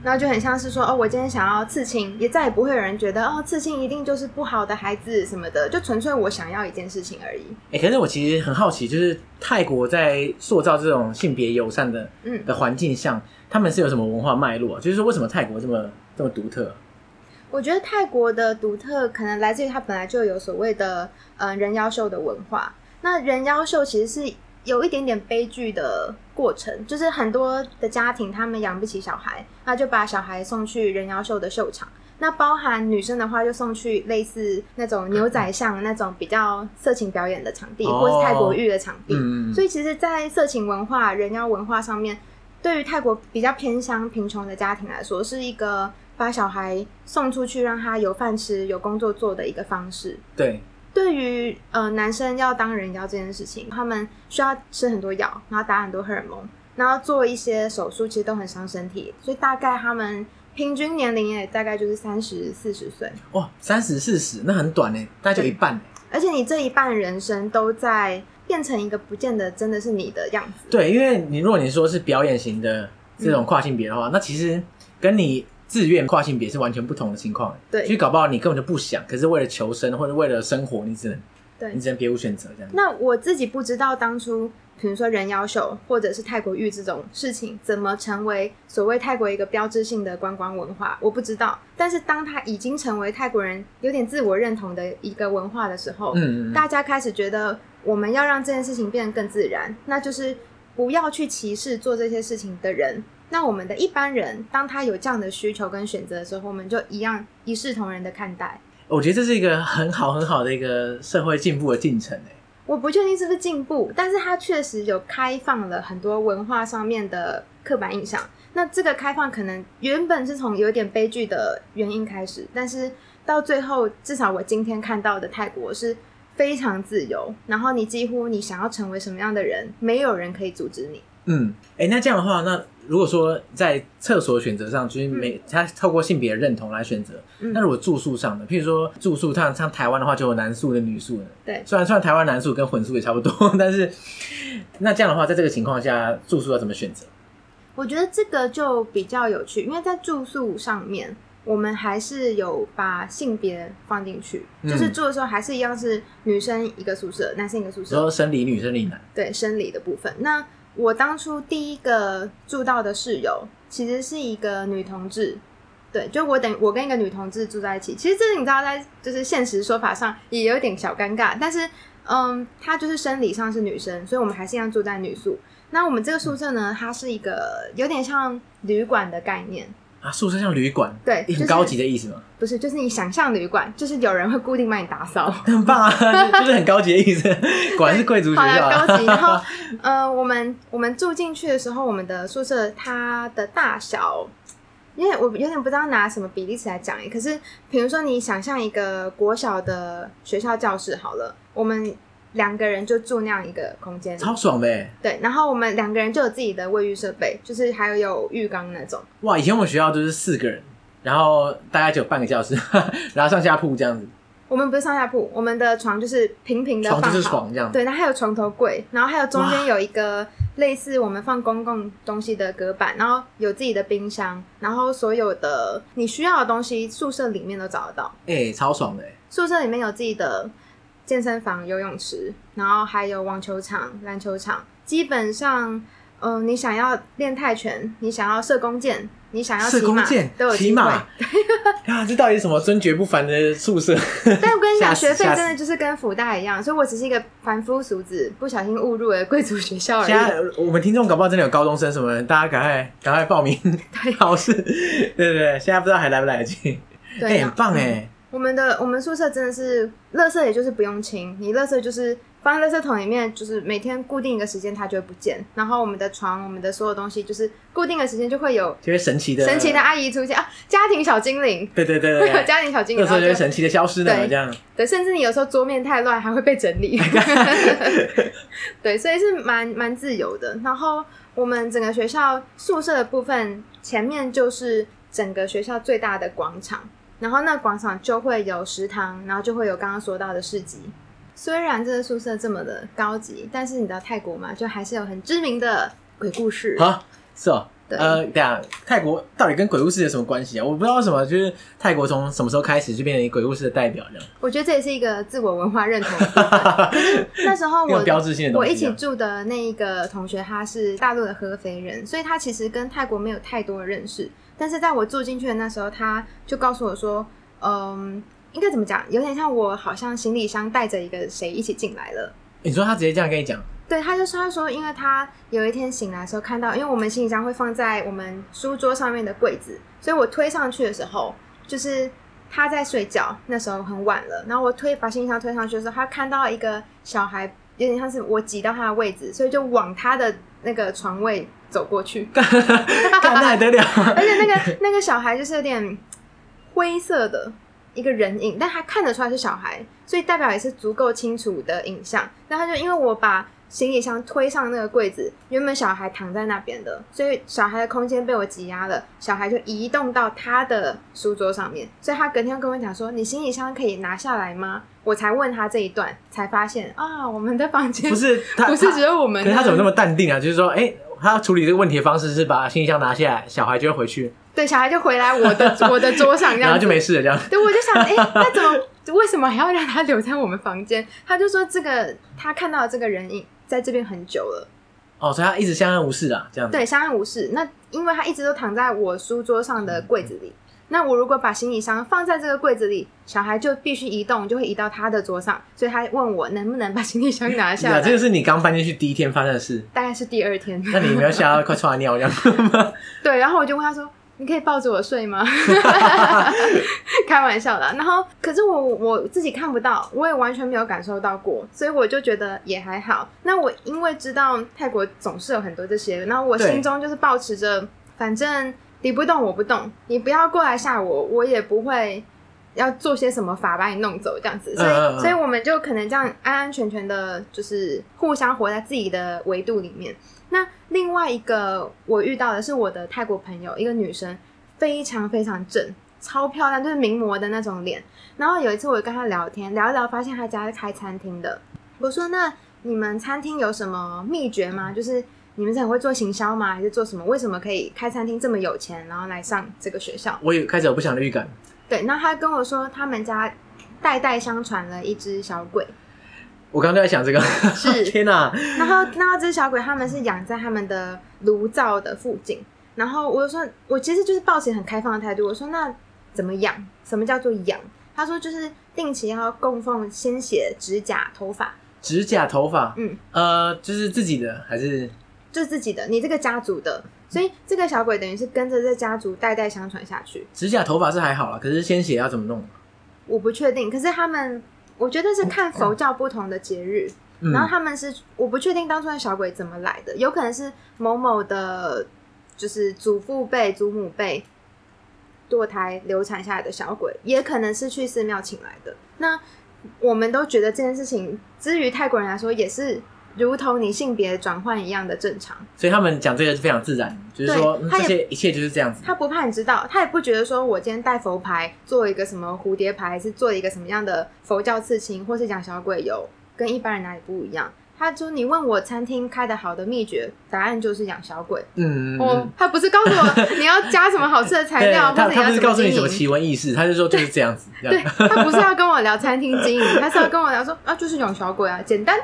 然后就很像是说，哦，我今天想要刺青，也再也不会有人觉得，哦，刺青一定就是不好的孩子什么的，就纯粹我想要一件事情而已。
哎、可是我其实很好奇，就是泰国在塑造这种性别友善的
嗯，
的环境下，他们是有什么文化脉络、啊？就是说，为什么泰国这么这么独特？啊
我觉得泰国的独特可能来自于它本来就有所谓的呃人妖秀的文化。那人妖秀其实是有一点点悲剧的过程，就是很多的家庭他们养不起小孩，那就把小孩送去人妖秀的秀场。那包含女生的话，就送去类似那种牛仔巷那种比较色情表演的场地，
哦
或是泰国浴的场地。
嗯，
所以其实，在色情文化、人妖文化上面，对于泰国比较偏乡贫穷的家庭来说，是一个把小孩送出去让他有饭吃、有工作做的一个方式。
嗯对，
对于呃男生要当人妖这件事情，他们需要吃很多药，然后打很多荷尔蒙，然后做一些手术，其实都很伤身体。所以大概他们平均年龄也大概就是三十四十岁。
哇，三十四十那很短呢，大概就一半欸。
而且你这一半人生都在变成一个不见得真的是你的样子，
对，因为你如果你说是表演型的这
嗯
种跨性别的话，那其实跟你自愿跨性别是完全不同的情况。
对
其实搞不好你根本就不想，可是为了求生或者为了生活，你只能
对
你只能别无选择这样。
那我自己不知道当初，比如说人妖秀或者是泰国浴这种事情，怎么成为所谓泰国一个标志性的观光文化，我不知道。但是当它已经成为泰国人有点自我认同的一个文化的时候，
嗯，嗯嗯
大家开始觉得我们要让这件事情变得更自然，那就是不要去歧视做这些事情的人。那我们的一般人，当他有这样的需求跟选择的时候，我们就一样一视同仁的看待。
我觉得这是一个很好很好的一个社会进步的进程欸
我不确定是不是进步，但是它确实有开放了很多文化上面的刻板印象。那这个开放可能原本是从有点悲剧的原因开始，但是到最后，至少我今天看到的泰国是非常自由，然后你几乎你想要成为什么样的人，没有人可以阻止你。
嗯，哎、那这样的话，那如果说在厕所选择上，就是每他透过性别认同来选择，
嗯
那如果住宿上呢？譬如说住宿，像像台湾的话，就有男宿跟女宿的。
对
虽然虽然台湾男宿跟混宿也差不多，但是那这样的话，在这个情况下，住宿要怎么选择？
我觉得这个就比较有趣，因为在住宿上面，我们还是有把性别放进去，
嗯
就是住的时候还是一样是女生一个宿舍，男生一个宿
然
舍，
后生理女、生理男，
对生理的部分。那我当初第一个住到的室友其实是一个女同志，对，就我等我跟一个女同志住在一起。其实这个你知道，在就是现实说法上也有点小尴尬，但是嗯，她就是生理上是女生，所以我们还是一样住在女宿。那我们这个宿舍呢，它是一个有点像旅馆的概念，
啊，宿舍像旅馆，
对
也
就
很
是
高级的意思吗？
不是，就是你想象旅馆，就是有人会固定帮你打扫。
很棒啊，就是很高级的意思，果然是贵族学
好
校、
啦
啊。
高级。然后，呃，我们我们住进去的时候，我们的宿舍它的大小，因为我有点不知道拿什么比例尺来讲耶。可是，比如说你想象一个国小的学校教室好了，我们两个人就住那样一个空间里，
超爽的欸！
对。然后我们两个人就有自己的卫浴设备，就是还有有浴缸那种。
哇，以前我们学校就是四个人，然后大概只有半个教室， 然后上下铺这样子，
我们不是上下铺，我们的床就是平平的
床
放好，
就是床这样。
对，然后还有床头柜，然后还有中
哇
间有一个类似我们放公共东西的隔板，然后有自己的冰箱，然后所有的你需要的东西，宿舍里面都找得到。
哎、超爽的欸！
宿舍里面有自己的健身房、游泳池，然后还有网球场、篮球场。基本上，嗯、你想要练泰拳，你想要射弓箭，你想要
射
骑马
弓箭
都有、
骑
机
马
会。，
啊，这到底是什么尊爵不凡的宿舍？
但我跟你
吓
讲，
死
学费
吓
真
死
的就是跟福大一样，所以我只是一个凡夫俗子，不小心误入了贵族学校而
现
已
在。我们听众搞不好真的有高中生什么的，大家赶快赶快报名考试，对对对，现在不知道还来不来得及。哎、
对、嗯呀。
很棒哎、
我们的我们宿舍真的是，垃圾也就是不用清，你垃圾就是放在垃圾桶里面，就是每天固定一个时间它就会不见。然后我们的床、我们的所有东西，就是固定的时间就会有
就会神奇的，
神奇的，阿姨出现啊，家庭小精灵，
对对对
会 有
对，
家庭小精
那
灵，
时候就会
然后就
神奇的消失呢，
对
这样。
对，甚至你有时候桌面太乱还会被整理。对，所以是蛮蛮自由的。然后我们整个学校宿舍的部分前面就是整个学校最大的广场，然后那广场就会有食堂，然后就会有刚刚说到的市集。虽然这个宿舍这么的高级，但是你知道泰国嘛，就还是有很知名的鬼故事。
好，是哦。
对
呃，对啊，泰国到底跟鬼故事有什么关系啊？我不知道为什么，就是泰国从什么时候开始就变成鬼故事的代表这样，
我觉得这也是一个自我文化认同的部 分。可是那时候
那种
我
标志性的东
我
西。啊
一起住的那一个同学，他是大陆的合肥人，所以他其实跟泰国没有太多的认识。但是在我住进去的那时候，他就告诉我说，嗯，应该怎么讲，有点像我好像行李箱带着一个谁一起进来了。
你说他直接这样跟你讲，
对，他就说，他说，因为他有一天醒来的时候看到，因为我们行李箱会放在我们书桌上面的柜子，所以我推上去的时候，就是他在睡觉，那时候很晚了，然后我推把行李箱推上去的时候，他看到一个小孩，有点像是我挤到他的位置，所以就往他的那个床位走过去，
看那还得了？
而且那个那个小孩就是有点灰色的一个人影，但他看得出来是小孩，所以代表也是足够清楚的影像。那他就因为我把行李箱推上那个柜子，原本小孩躺在那边的，所以小孩的空间被我挤压了，小孩就移动到他的书桌上面。所以他隔天跟我讲说：“你行李箱可以拿下来吗？”我才问他这一段，才发现啊，我们的房间
不是他，
不是只有我们，
可是他怎么那么淡定啊？就是说，哎、他处理这个问题的方式是把行李箱拿下来，小孩就会回去，
对小孩就回来我 的我的桌上，这
然
样
后
子
就没事了，这样。
对，我就想，哎、那怎么为什么还要让他留在我们房间？他就说这个他看到的这个人影在这边很久了，
哦，所以他一直相安无事啊，这样子。
对，相安无事。那因为他一直都躺在我书桌上的柜子里，那我如果把行李箱放在这个柜子里，小孩就必须移动，就会移到他的桌上，所以他问我能不能把行李箱拿
对
下
啊，
来。
这个是你刚搬进去第一天发生的 事，
大概是第 二天，
那你有没有吓到快窜尿这样吗？
对，然后我就问他说：“你可以抱着我睡吗？”开玩笑啦。然后，可是我我自己看不到，我也完全没有感受到过，所以我就觉得也还好。那我因为知道泰国总是有很多这些，然后我
对
心中就是保持着，反正敌不动我不动，你不要过来吓我，我也不会要做些什么法把你弄走这样子，所以、
嗯嗯嗯
所以我们就可能这样安安全全的，就是互相活在自己的维度里面。那另外一个我遇到的是我的泰国朋友，一个女生，非常非常正，超漂亮，就是名模的那种脸。然后有一次我跟她聊天，聊一聊，发现她家是开餐厅的。我说：“那你们餐厅有什么秘诀吗？就是你们是很会做行销吗？还是做什么？为什么可以开餐厅这么有钱，然后来上这个学校？”
我也开始有不祥的预感，
对，那他跟我说他们家代代相传了一只小鬼，
我刚刚就在想这个，
是
天哪、
然后那只小鬼他们是养在他们的炉灶的附近，然后我就说，我其实就是抱持很开放的态度，我说那怎么养？什么叫做养？他说就是定期要供奉鲜血、指甲、头发，
指甲、头发，
嗯，
呃，就是自己的还是
就自己的，你这个家族的，所以这个小鬼等于是跟着这家族代代相传下去。
指甲、头发是还好啦，可是鲜血要怎么弄？
我不确定，可是他们，我觉得是看佛教不同的节日。
嗯
然后他们是我不确定当初的小鬼怎么来的，有可能是某某的，就是祖父辈、祖母辈堕胎流产下来的小鬼，也可能是去寺庙请来的。那我们都觉得这件事情，之于泰国人来说，也是如同你性别转换一样的正常。
所以他们讲这个是非常自然，就是说、
对
嗯、
他
这
也
些一切就是这样子。
他不怕你知道，他也不觉得说我今天戴佛牌，做一个什么蝴蝶牌，是做一个什么样的佛教刺青，或是养小鬼有跟一般人哪里不一样。他说：“你问我餐厅开的好的秘诀，答案就是养小鬼。
嗯，
哦，他不是告诉我你要加什么好吃的材
对，
料，
他
或者
他不
要
是告诉你什
经
么
营。
奇闻异事，他就说就是这样子，这
对
样。
他不是要跟我聊餐厅经营，他是要跟我聊说啊，就是养小鬼啊，简 单。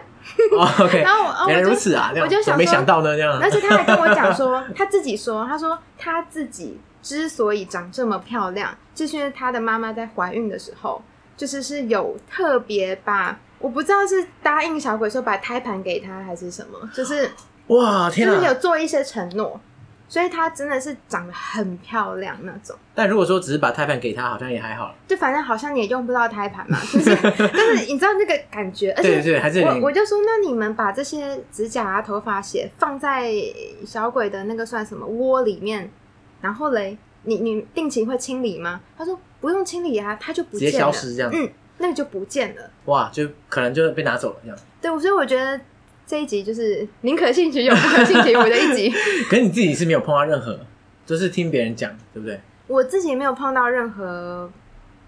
哦，OK，
然后我，啊、
原来
我就
如此啊，这样
我就想
没
说
想到呢，这样。
而且他还跟我讲说， 他自己说，他说他自己之所以长这么漂亮，就是因为他的妈妈在怀孕的时候，就是是有特别把，我不知道是答应小鬼说把胎盘给他还是什么，就是
哇，
就
哦天
是有
啊！
做一些承诺，所以她真的是长得很漂亮那种。
但如果说只是把胎盘给他，好像也还好。
就反正好像你也用不到胎盘嘛，就是 但是你知道那个 感觉，而且
对对还是有点
我我就说，那你们把这些指甲啊、头发、血放在小鬼的那个算什么窝里面，然后嘞，你你定期会清理吗？他说不用清理啊，它就不
直接
见
消
了，
失这样
嗯，那个就不见了。
哇，就可能就被拿走了这样。
对，所以我觉得这一集就是宁可信其有，不可信其无的一集。
可是你自己是没有碰到任何，就是听别人讲，对不对？
我自己没有碰到任何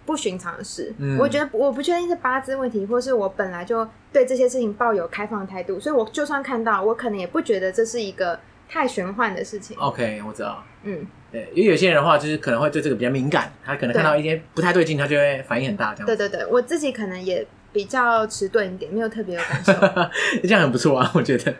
不寻常的事，
嗯
我觉得我不确定是八字问题，或是我本来就对这些事情抱有开放的态度，所以我就算看到，我可能也不觉得这是一个太玄幻的事情。
OK，我知道。
嗯，
对，因为有些人的话，就是可能会对这个比较敏感，他可能看到一些不太对劲，他就会反应很大，这样。
对对对，我自己可能也比较迟钝一点，没有特别有 感受。
这样很不错啊，我 觉得。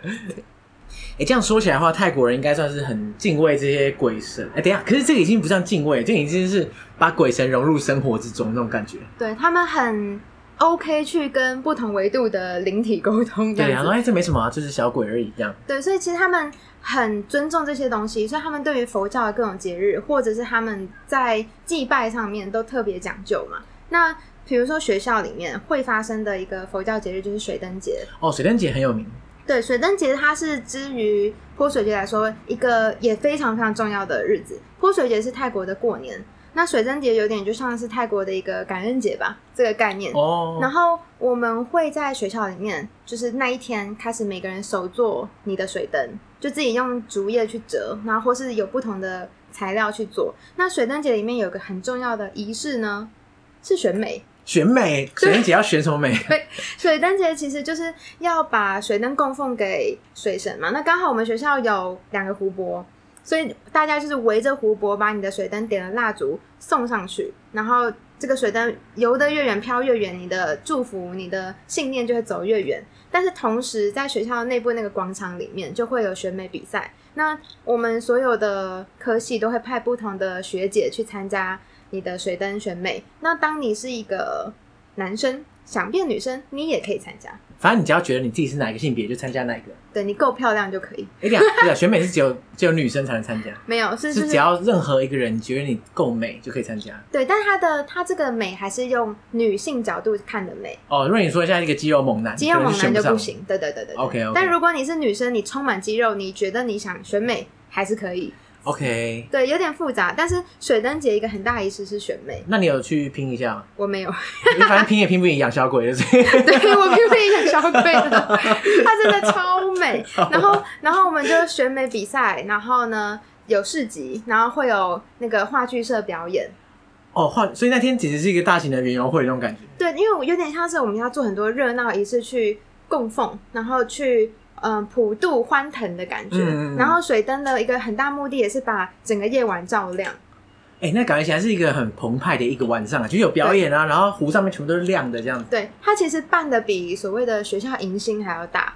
哎、这样说起来的话，泰国人应该算是很敬畏这些鬼神。哎、等一下，可是这个已经不算敬畏，这个已经是把鬼神融入生活之中那种感觉。
对他们很 OK 去跟不同维度的灵体沟通，这
对，
样
然
子
后。哎，这没什么啊，就是小鬼而已，这样。
对，所以其实他们很尊重这些东西，所以他们对于佛教的各种节日，或者是他们在祭拜上面都特别讲究嘛。那比如说学校里面会发生的一个佛教节日就是水灯节，
哦，水灯节很有名，
对，水灯节它是之于泼水节来说一个也非常非常重要的日子。泼水节是泰国的过年，那水灯节有点就像是泰国的一个感恩节吧，这个概念。
哦，
然后我们会在学校里面，就是那一天开始，每个人手做你的水灯，就自己用竹叶去折，然后或是有不同的材料去做。那水灯节里面有个很重要的仪式呢，是选美。
选美，水灯节要选什么美？
水灯节其实就是要把水灯供奉给水神嘛。那刚好我们学校有两个湖泊，所以大家就是围着湖泊，把你的水灯点了蜡烛送上去，然后这个水灯游得越远，飘越远，你的祝福、你的信念就会走越远。但是同时，在学校内部那个广场里面就会有选美比赛。那我们所有的科系都会派不同的学姐去参加你的水灯选美。那当你是一个男生想变女生，你也可以参加，
反正你只要觉得你自己是哪个性别，就参加哪一个。
对你够漂亮就可以。
哎、欸，对 啊，选美是只有只有女生才能参加，
没有，是就是是
只要任何一个人觉得你够美就可以参加。
对，但它的它这个美还是用女性角度看的美，
哦，如果你说现在一个肌肉猛男，
肌肉猛
可能选
男就
上
不。行。对对对对对
OK，OK
但如果你是女生，你充满肌肉，你觉得你想选美还是可以。
OK，
对，有点复杂。但是水灯节一个很大仪式是选妹，
那你有去拼一下吗？
我没有，
你反正拼也拼不赢养小鬼，所以
对我并非养小鬼的，她真的超美。然后，然后我们就选美比赛，然后呢有市集，然后会有那个话剧社表演。
哦，换，所以那天简直是一个大型的园游会那种感觉。
对，因为我有点像是我们要做很多热闹仪式去供奉，然后去嗯普渡欢腾的感觉。
嗯嗯嗯
然后水灯的一个很大目的也是把整个夜晚照亮。
哎、那感觉起来是一个很澎湃的一个晚上啊，就有表演啊，然后湖上面全部都是亮的这样子。
对，它其实办的比所谓的学校迎新还要大。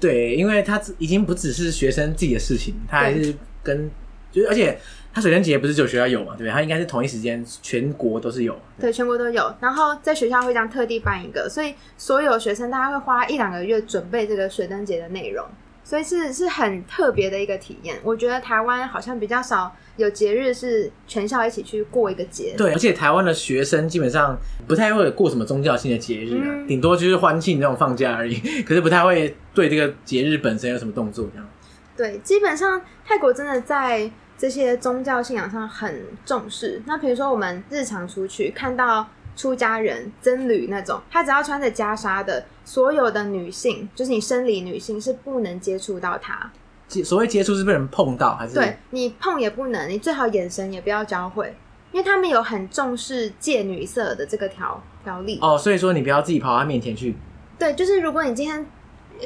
对，因为它只已经不只是学生自己的事情，它还
对
是跟就是，而且它水灯节不是只有学校有嘛，对不对？它应该是同一时间全国都是有。
对，全国都有。然后在学校会这样特地办一个，所以所有学生大概会花一两个月准备这个水灯节的内容，所以是是很特别的一个体验。我觉得台湾好像比较少有节日是全校一起去过一个节。
对，而且台湾的学生基本上不太会过什么宗教性的节日啊，
嗯
顶多就是欢庆那种放假而已。 可是不太会对这个节日本身有什么动作这样。
对，基本上泰国真的在这些宗教信仰上很重视。那比如说我们日常出去看到出家人、僧侣那种，他只要穿着袈裟的，所有的女性，就是你生理女性是不能接触到他，
接所谓接触是被人碰到还是？
对你碰也不能，你最好眼神也不要交汇，因为他们有很重视戒女色的这个条条例。
哦，所以说你不要自己跑到他面前去。
对，就是如果你今天，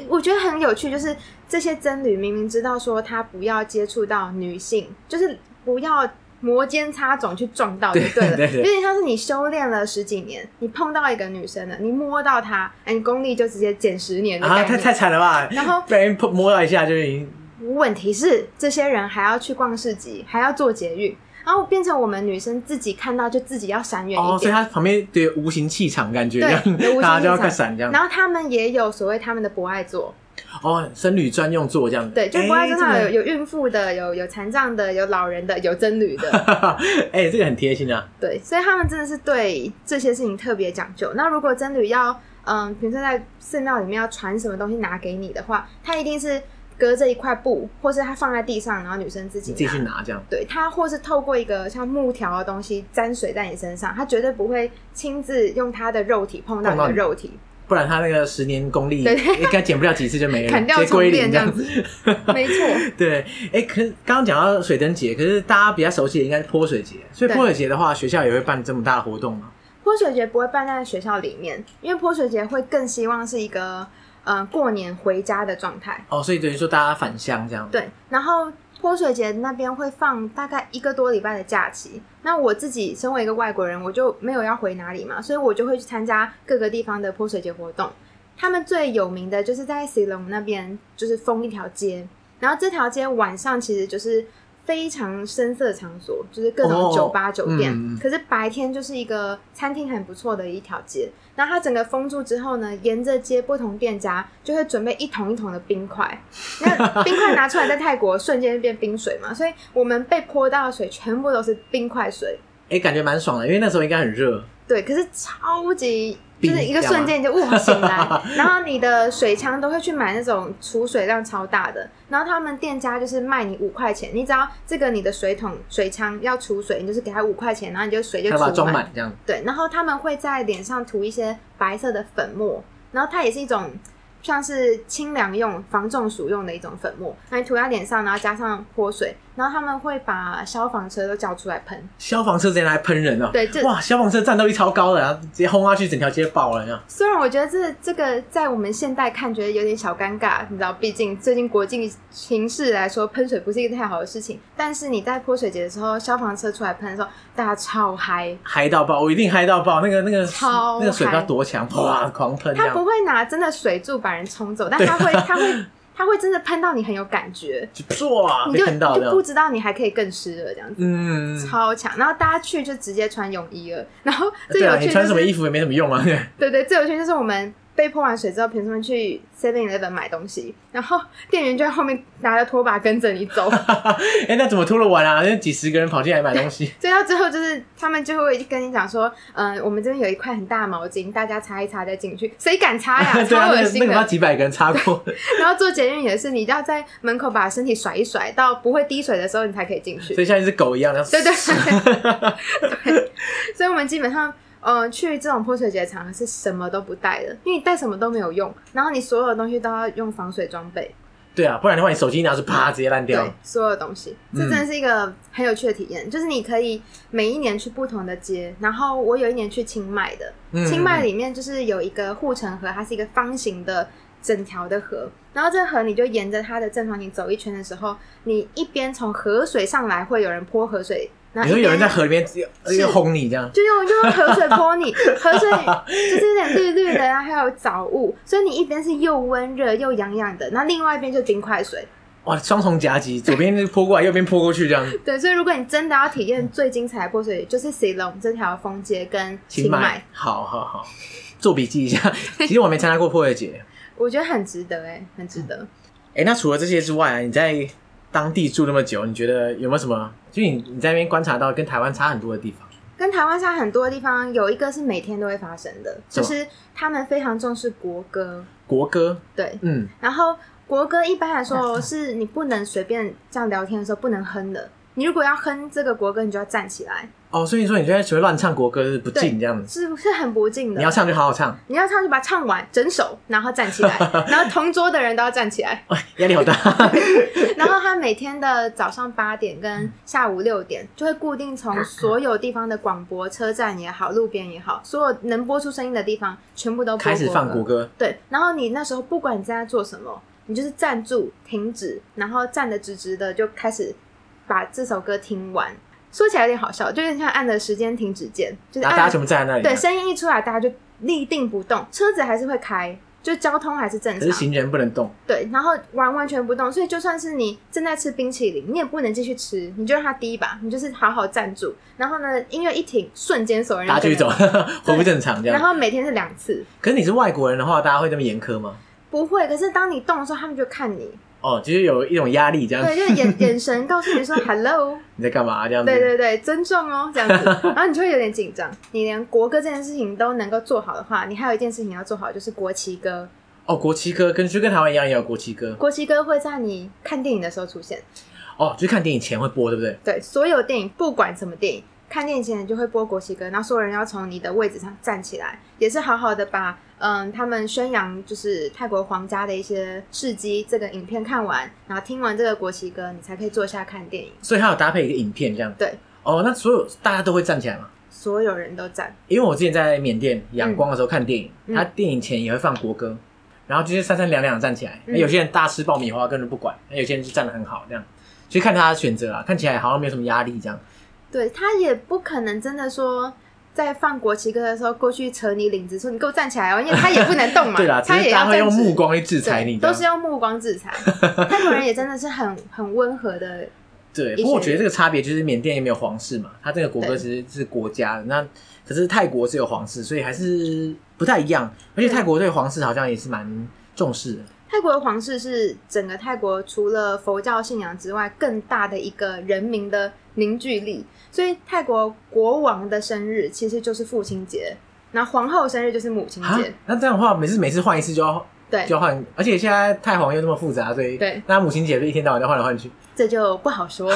我觉得很有趣，就是这些僧侣明明知道说他不要接触到女性，就是不要摩肩擦踵去撞到就对了，
对对对
有点像是你修炼了十几年，你碰到一个女生了，你摸到她，哎，你功力就直接减十年的
啊，
概
太
念。
太惨了吧！
然后
被人碰摸到一下就已经
问题是，这些人还要去逛市集，还要做节育，然后变成我们女生自己看到就自己要闪远
哦，所
一
以
点。
他旁边对无形气场感觉这
对有
样，
无形
大家就要
气
快
场
闪这样。
然后他们也有所谓他们的博爱座，
哦，僧侣专用座这样。
对，就不爱
哎
身
这
上
个
有有孕妇的，有有残障的，有老人的，有僧 侣的，
哎、这个很贴心啊！
对，所以他们真的是对这些事情特别讲究。那如果僧侣要，嗯，比如说在寺庙里面要传什么东西拿给你的话，他一定是隔着一块布，或是他放在地上，然后女生自己
你自己
拿。
去拿这样。
对他，或是透过一个像木条的东西沾水在你身上，他绝对不会亲自用他的肉体碰到
碰
你
到
的
你
肉体，
不然他那个十年功力
对
应该减不了几次就没了，
砍掉
直接归
重练
零
这样
子。
没错。
对，哎、可是刚刚讲到水灯节，可是大家比较熟悉的应该是泼水节，所以
对
泼水节的话，学校也会办这么大的活动吗？
泼水节不会办在学校里面，因为泼水节会更希望是一个嗯、呃过年回家的状态。
哦，所以等于说大家返乡这样。
对，然后泼水节那边会放大概一个多礼拜的假期。那我自己身为一个外国人，我就没有要回哪里嘛，所以我就会去参加各个地方的泼水节活动。他们最有名的就是在 c e 那边，就是封一条街，然后这条街晚上其实就是非常深色场所，就是各种
哦
酒吧、酒店。
嗯
可是白天就是一个餐厅很不错的一条街。那它整个封住之后呢，沿着街不同店家就会准备一桶一桶的冰块，那冰块拿出来在泰国瞬间就变冰水嘛，所以我们被泼到的水全部都是冰块水。
哎、感觉蛮爽的，因为那时候应该很热。
对，可是超级
冰啊
就是一个瞬间你就哇 醒来，然后你的水枪都会去买那种储水量超大的，然后他们店家就是卖你五块钱，你只要这个你的水桶水枪要储水，你就是给他五块钱，然后你就水就
他
储
把它装
满。
满这样，
对，然后他们会在脸上涂一些白色的粉末，然后它也是一种像是清凉用、防中暑用的一种粉末。那你涂在脸上，然后加上泼水，然后他们会把消防车都叫出来喷。
消防车直接拿来喷人哦、
对这
哇，消防车战斗力超高的，然后直接轰下去，整条街爆了这样。
虽然我觉得这这个在我们现代看觉得有点小尴尬，你知道，毕竟最近国际形势来说，喷水不是一个太好的事情。但是你在泼水节的时候，消防车出来喷的时候，大家超嗨。
嗨到爆！我一定嗨到爆！那个那个
超
那个水不要
嗨
多强，哇，狂喷这
他不
样，
会拿真的水柱把人冲 走，但他会，他会，他会真的喷到你很有感觉。
就唰
你
被
就
喷到
就
这
不
样。
知道你还可以更湿了这样子，
嗯，
超强。然后大家去就直接穿泳衣了，然后最
对
有
啊，
趣、就是
你穿什么衣服也没什么用啊。对
对对，最有趣就是我们。被泼完水之后，凭什么去 Seven Eleven 买东西？然后店员就在后面拿着拖把跟着你 走，
哎、那怎么拖得完啊？那几十个人跑进来买东 西，
所以到最后就是他们就会跟你讲说，嗯、我们这边有一块很大的毛巾，大家擦一擦再进去，谁敢擦哎呀？
对啊，那
超恶
个那
心
个要
的。
几百个人擦过，
然后做捷运也是，你要在门口把身体甩一甩，到不会滴水的时候，你才可以进去
所。以像一只狗一样，然后
对对 对，所以我们基本上，呃，去这种泼水节的场合是什么都不带的，因为你带什么都没有用，然后你所有的东西都要用防水装备，
对啊，不然的话你手机一拿出啪直接烂掉嗯
对。，所有东西，这真的是一个很有趣的体验，就是你可以每一年去不同的街，然后我有一年去清迈的，
嗯
清迈里面就是有一个护城河，它是一个方形的整条的河，然后这个河你就沿着它的正方形走一圈的时候，你一边从河水上来会有人泼河水，然
你
后
说
一
有人
边
在河里面直接直接轰你这样，
就用就用河水 泼你，河水就是有点绿绿的，然后还有藻物，所以你一边是又温热又痒痒的，那另外一边就冰块水。
哇，双重夹击，左边泼过来，右边泼过去这样。
对，所以如果你真的要体验最精彩的泼水节，就是 s i l o n 这条风街跟清迈，，
好好好，做笔 记一下。其实我还没参加过泼水节。
我觉得很值得哎、很值得。
哎、那除了这些之外啊，你在当地住那么久，你觉得有没有什么？就你你在那边观察到跟台湾差很多的地方？
跟台湾差很多的地方，有一个是每天都会发生的，
什
就
么
是他们非常重视国歌，
国歌，
对，
嗯，
然后国歌一般 来说是你不能随便这样聊天的时候不能哼的，你如果要哼这个国歌，你就要站起来。
哦，所以说你现在学会乱唱国歌是不敬这样子，
是是很不敬的。
你要唱就好好唱，
你要唱就把它唱完整首，然后站起 来，然后同桌的人都要站起来。
哎压力好 大。
然后他每天的早上八点跟下午六点就会固定从所有地方的广播、车站也好、路边也好，所有能播出声音的地方全部都播
开始放国
歌。
歌，
对，然后你那时候不管你在做什么，你就是站住、停止，然后站得直直的，就开始把这首歌听完。说起来有点好笑，就有点像按了时间停止键，就是
然后
按
啊大家全部站在那里，
对，声音一出来，大家就立定不动，车子还是会开，就交通还是正
可是
常。
行人不能动。
对，然后完完全不动，所以就算是你正在吃冰淇淋，你也不能继续吃，你就让它滴吧，你就是好好站住。然后呢，音乐一停，瞬间所有人
大家
就
继续
跟着
走， 恢复正常这
然
样。
后每天是两次，
可是你是外国人的话，大家会这么严苛吗？
不会。可是当你动的时候，他们就看你，
哦，就是有一种压力，这样
对，就是眼眼神告诉你说 “hello”，
你在干嘛这样子？
对对对，尊重哦，这 样子。然后你就会有点紧张。你连国歌这件事情都能够做好的话，你还有一件事情要做好，就是国旗歌。
哦，国旗歌跟就跟台湾一样也有国旗歌
国旗歌会在你看电影的时候出现，
哦，就是看电影前会播，对不对？
对，所有电影不管什么电影，看电影前就会播国旗歌，然后所有人要从你的位置上站起来，也是好好的把嗯他们宣扬就是泰国皇家的一些事迹这个影片看完，然后听完这个国旗歌，你才可以坐下看电影。
所以它有搭配一个影片这样。
对，
哦，那所有大家都会站起来嘛？
所有人都站，
因为我之前在缅甸仰光的时候看电影，
嗯
他电影前也会放国歌，然后就是三三两两站起来，
嗯
有些人大吃爆米花根本不管，那有些人就站得很好这样，就看他的选择啊，看起来好像没有什么压力这样。
对他也不可能真的说。在放国旗歌的时候，过去扯你领子说：“你给我站起来哦！”因为他也不能动嘛，
对啦，只
他
是
也
大家
要
会
站
用
直
目光去制裁
对
你这
都
样，
是用目光制裁。 泰国人也真的是很很温和的，
对，
一些
不过我觉得这个差别就是缅甸也没有皇室嘛，它这个国歌
对
其实是国家的，那可是泰国是有皇室，所以还是不太一样。
嗯
而且泰国对皇室好像也是蛮重视的，
泰国的皇室是整个泰国除了佛教信仰之外更大的一个人民的凝聚力，所以泰国国王的生日其实就是父亲节，然后皇后生日就是母亲
啊
节。。
那这样的话，每次每次换一次就要
对
就，要换，而且现在太皇又那么复杂，所以
对嗯
那母亲节就一天到晚在换来换去。
这就不好说，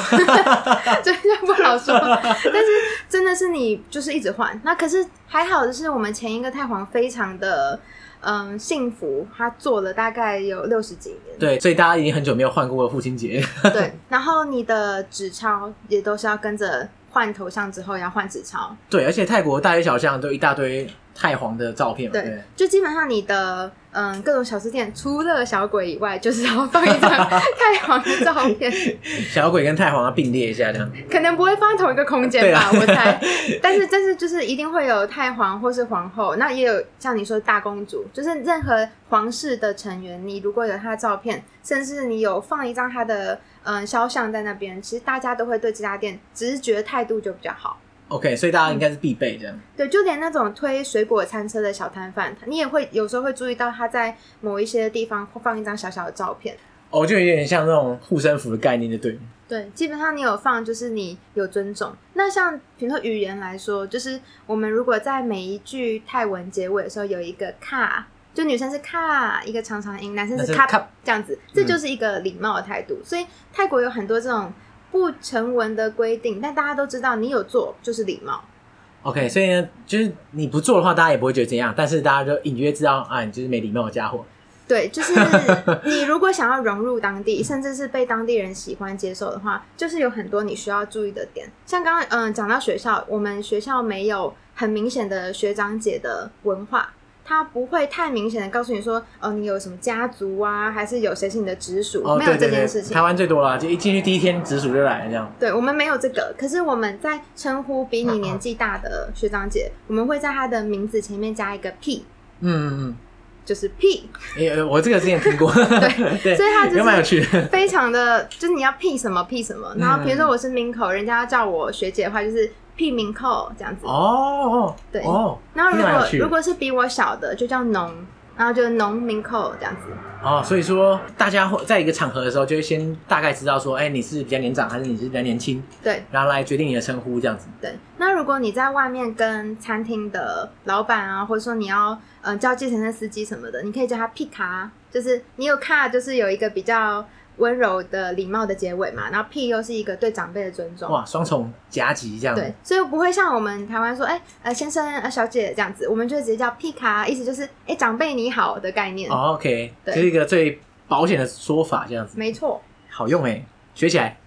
这就不好说。但是真的是你就是一直换，那可是还好的是，我们前一个太皇非常的嗯幸福，他做了大概有六十几年。
对，所以大家已经很久没有换过父亲节。
对，然后你的纸钞也都是要跟着换头像之后要换纸钞，
对，而且泰国大街小巷都一大堆太皇的照片嘛。
对，
对，
就基本上你的嗯各种小吃店除了小鬼以外，就是要放一张 太皇的照片，
小鬼跟太皇要并列一下这样。
可能不会放在同一个空间吧，
对啊
我猜。但是但是就是一定会有太皇或是皇后，那也有像你说大公主，就是任何皇室的成员，你如果有她的照片，甚至你有放一张她的嗯肖像在那边，其实大家都会对这家店直觉态度就比较好。
OK，所以大家应该是必备这样。
对，就连那种推水果餐车的小摊贩，你也会有时候会注意到他在某一些地方会放一张小小的照片。
哦，就有点像那种护身符的概念，就对。
对，基本上你有放，就是你有尊重。那像比如说语言来说，就是我们如果在每一句泰文结尾的时候有一个卡，就女生是卡一个长长音，男生
男
是
生
卡
咔
这样子，这就是一个礼貌的态度。所以泰国有很多这种不成文的规定，但大家都知道你有做就是礼貌。
OK，所以呢，就是你不做的话，大家也不会觉得怎样，但是大家就隐约知道啊，你就是没礼貌的家伙。
对，就是你如果想要融入当地，甚至是被当地人喜欢接受的话，就是有很多你需要注意的点。像刚刚嗯讲到学校，我们学校没有很明显的学长姐的文化，他不会太明显的告诉你说，哦，你有什么家族啊，还是有谁是你的直属，
哦，
没有
对
这
对
件
对
事，情
台。湾最多啦，就一进去第一天直属就来了这样。
对我们没有这个，可是我们在称呼比你年纪大的学长姐，
啊
我们会在他的名字前面加一个 P，
嗯嗯
就是 P，
嗯，也我这个之前听 过，对 对，
所以它就是
也蛮有趣 的。
非常的，就是你要 P 什么 P 什
嗯
么。然后比如说我是明口，人家要叫我学姐的话，就是 P 明口这样子。
哦，
对
哦，
然后如
这蛮有
果
趣的
如果是比我小的，就叫农，然后就农明口这样子。
哦，所以说大家会在一个场合的时候，就会先大概知道说，哎，你是比较年长还是你是比较年轻，
对
然后来决定你的称呼这样子。
对。那如果你在外面跟餐厅的老板啊，或者说你要嗯叫计程车司机什么的，你可以叫他 P 卡，就是你有卡，就是有一个比较温柔的礼貌的结尾嘛。然后 P 又是一个对长辈的尊重。
哇，双重夹击这样。
对，，所以不会像我们台湾说，哎、呃，先生、呃，小姐这样子，我们就直接叫皮卡，意思就是，哎、长辈你好的概念。
哦，OK，这
对
是一个最保险的说法，这样子
没错。
好用哎，学起来。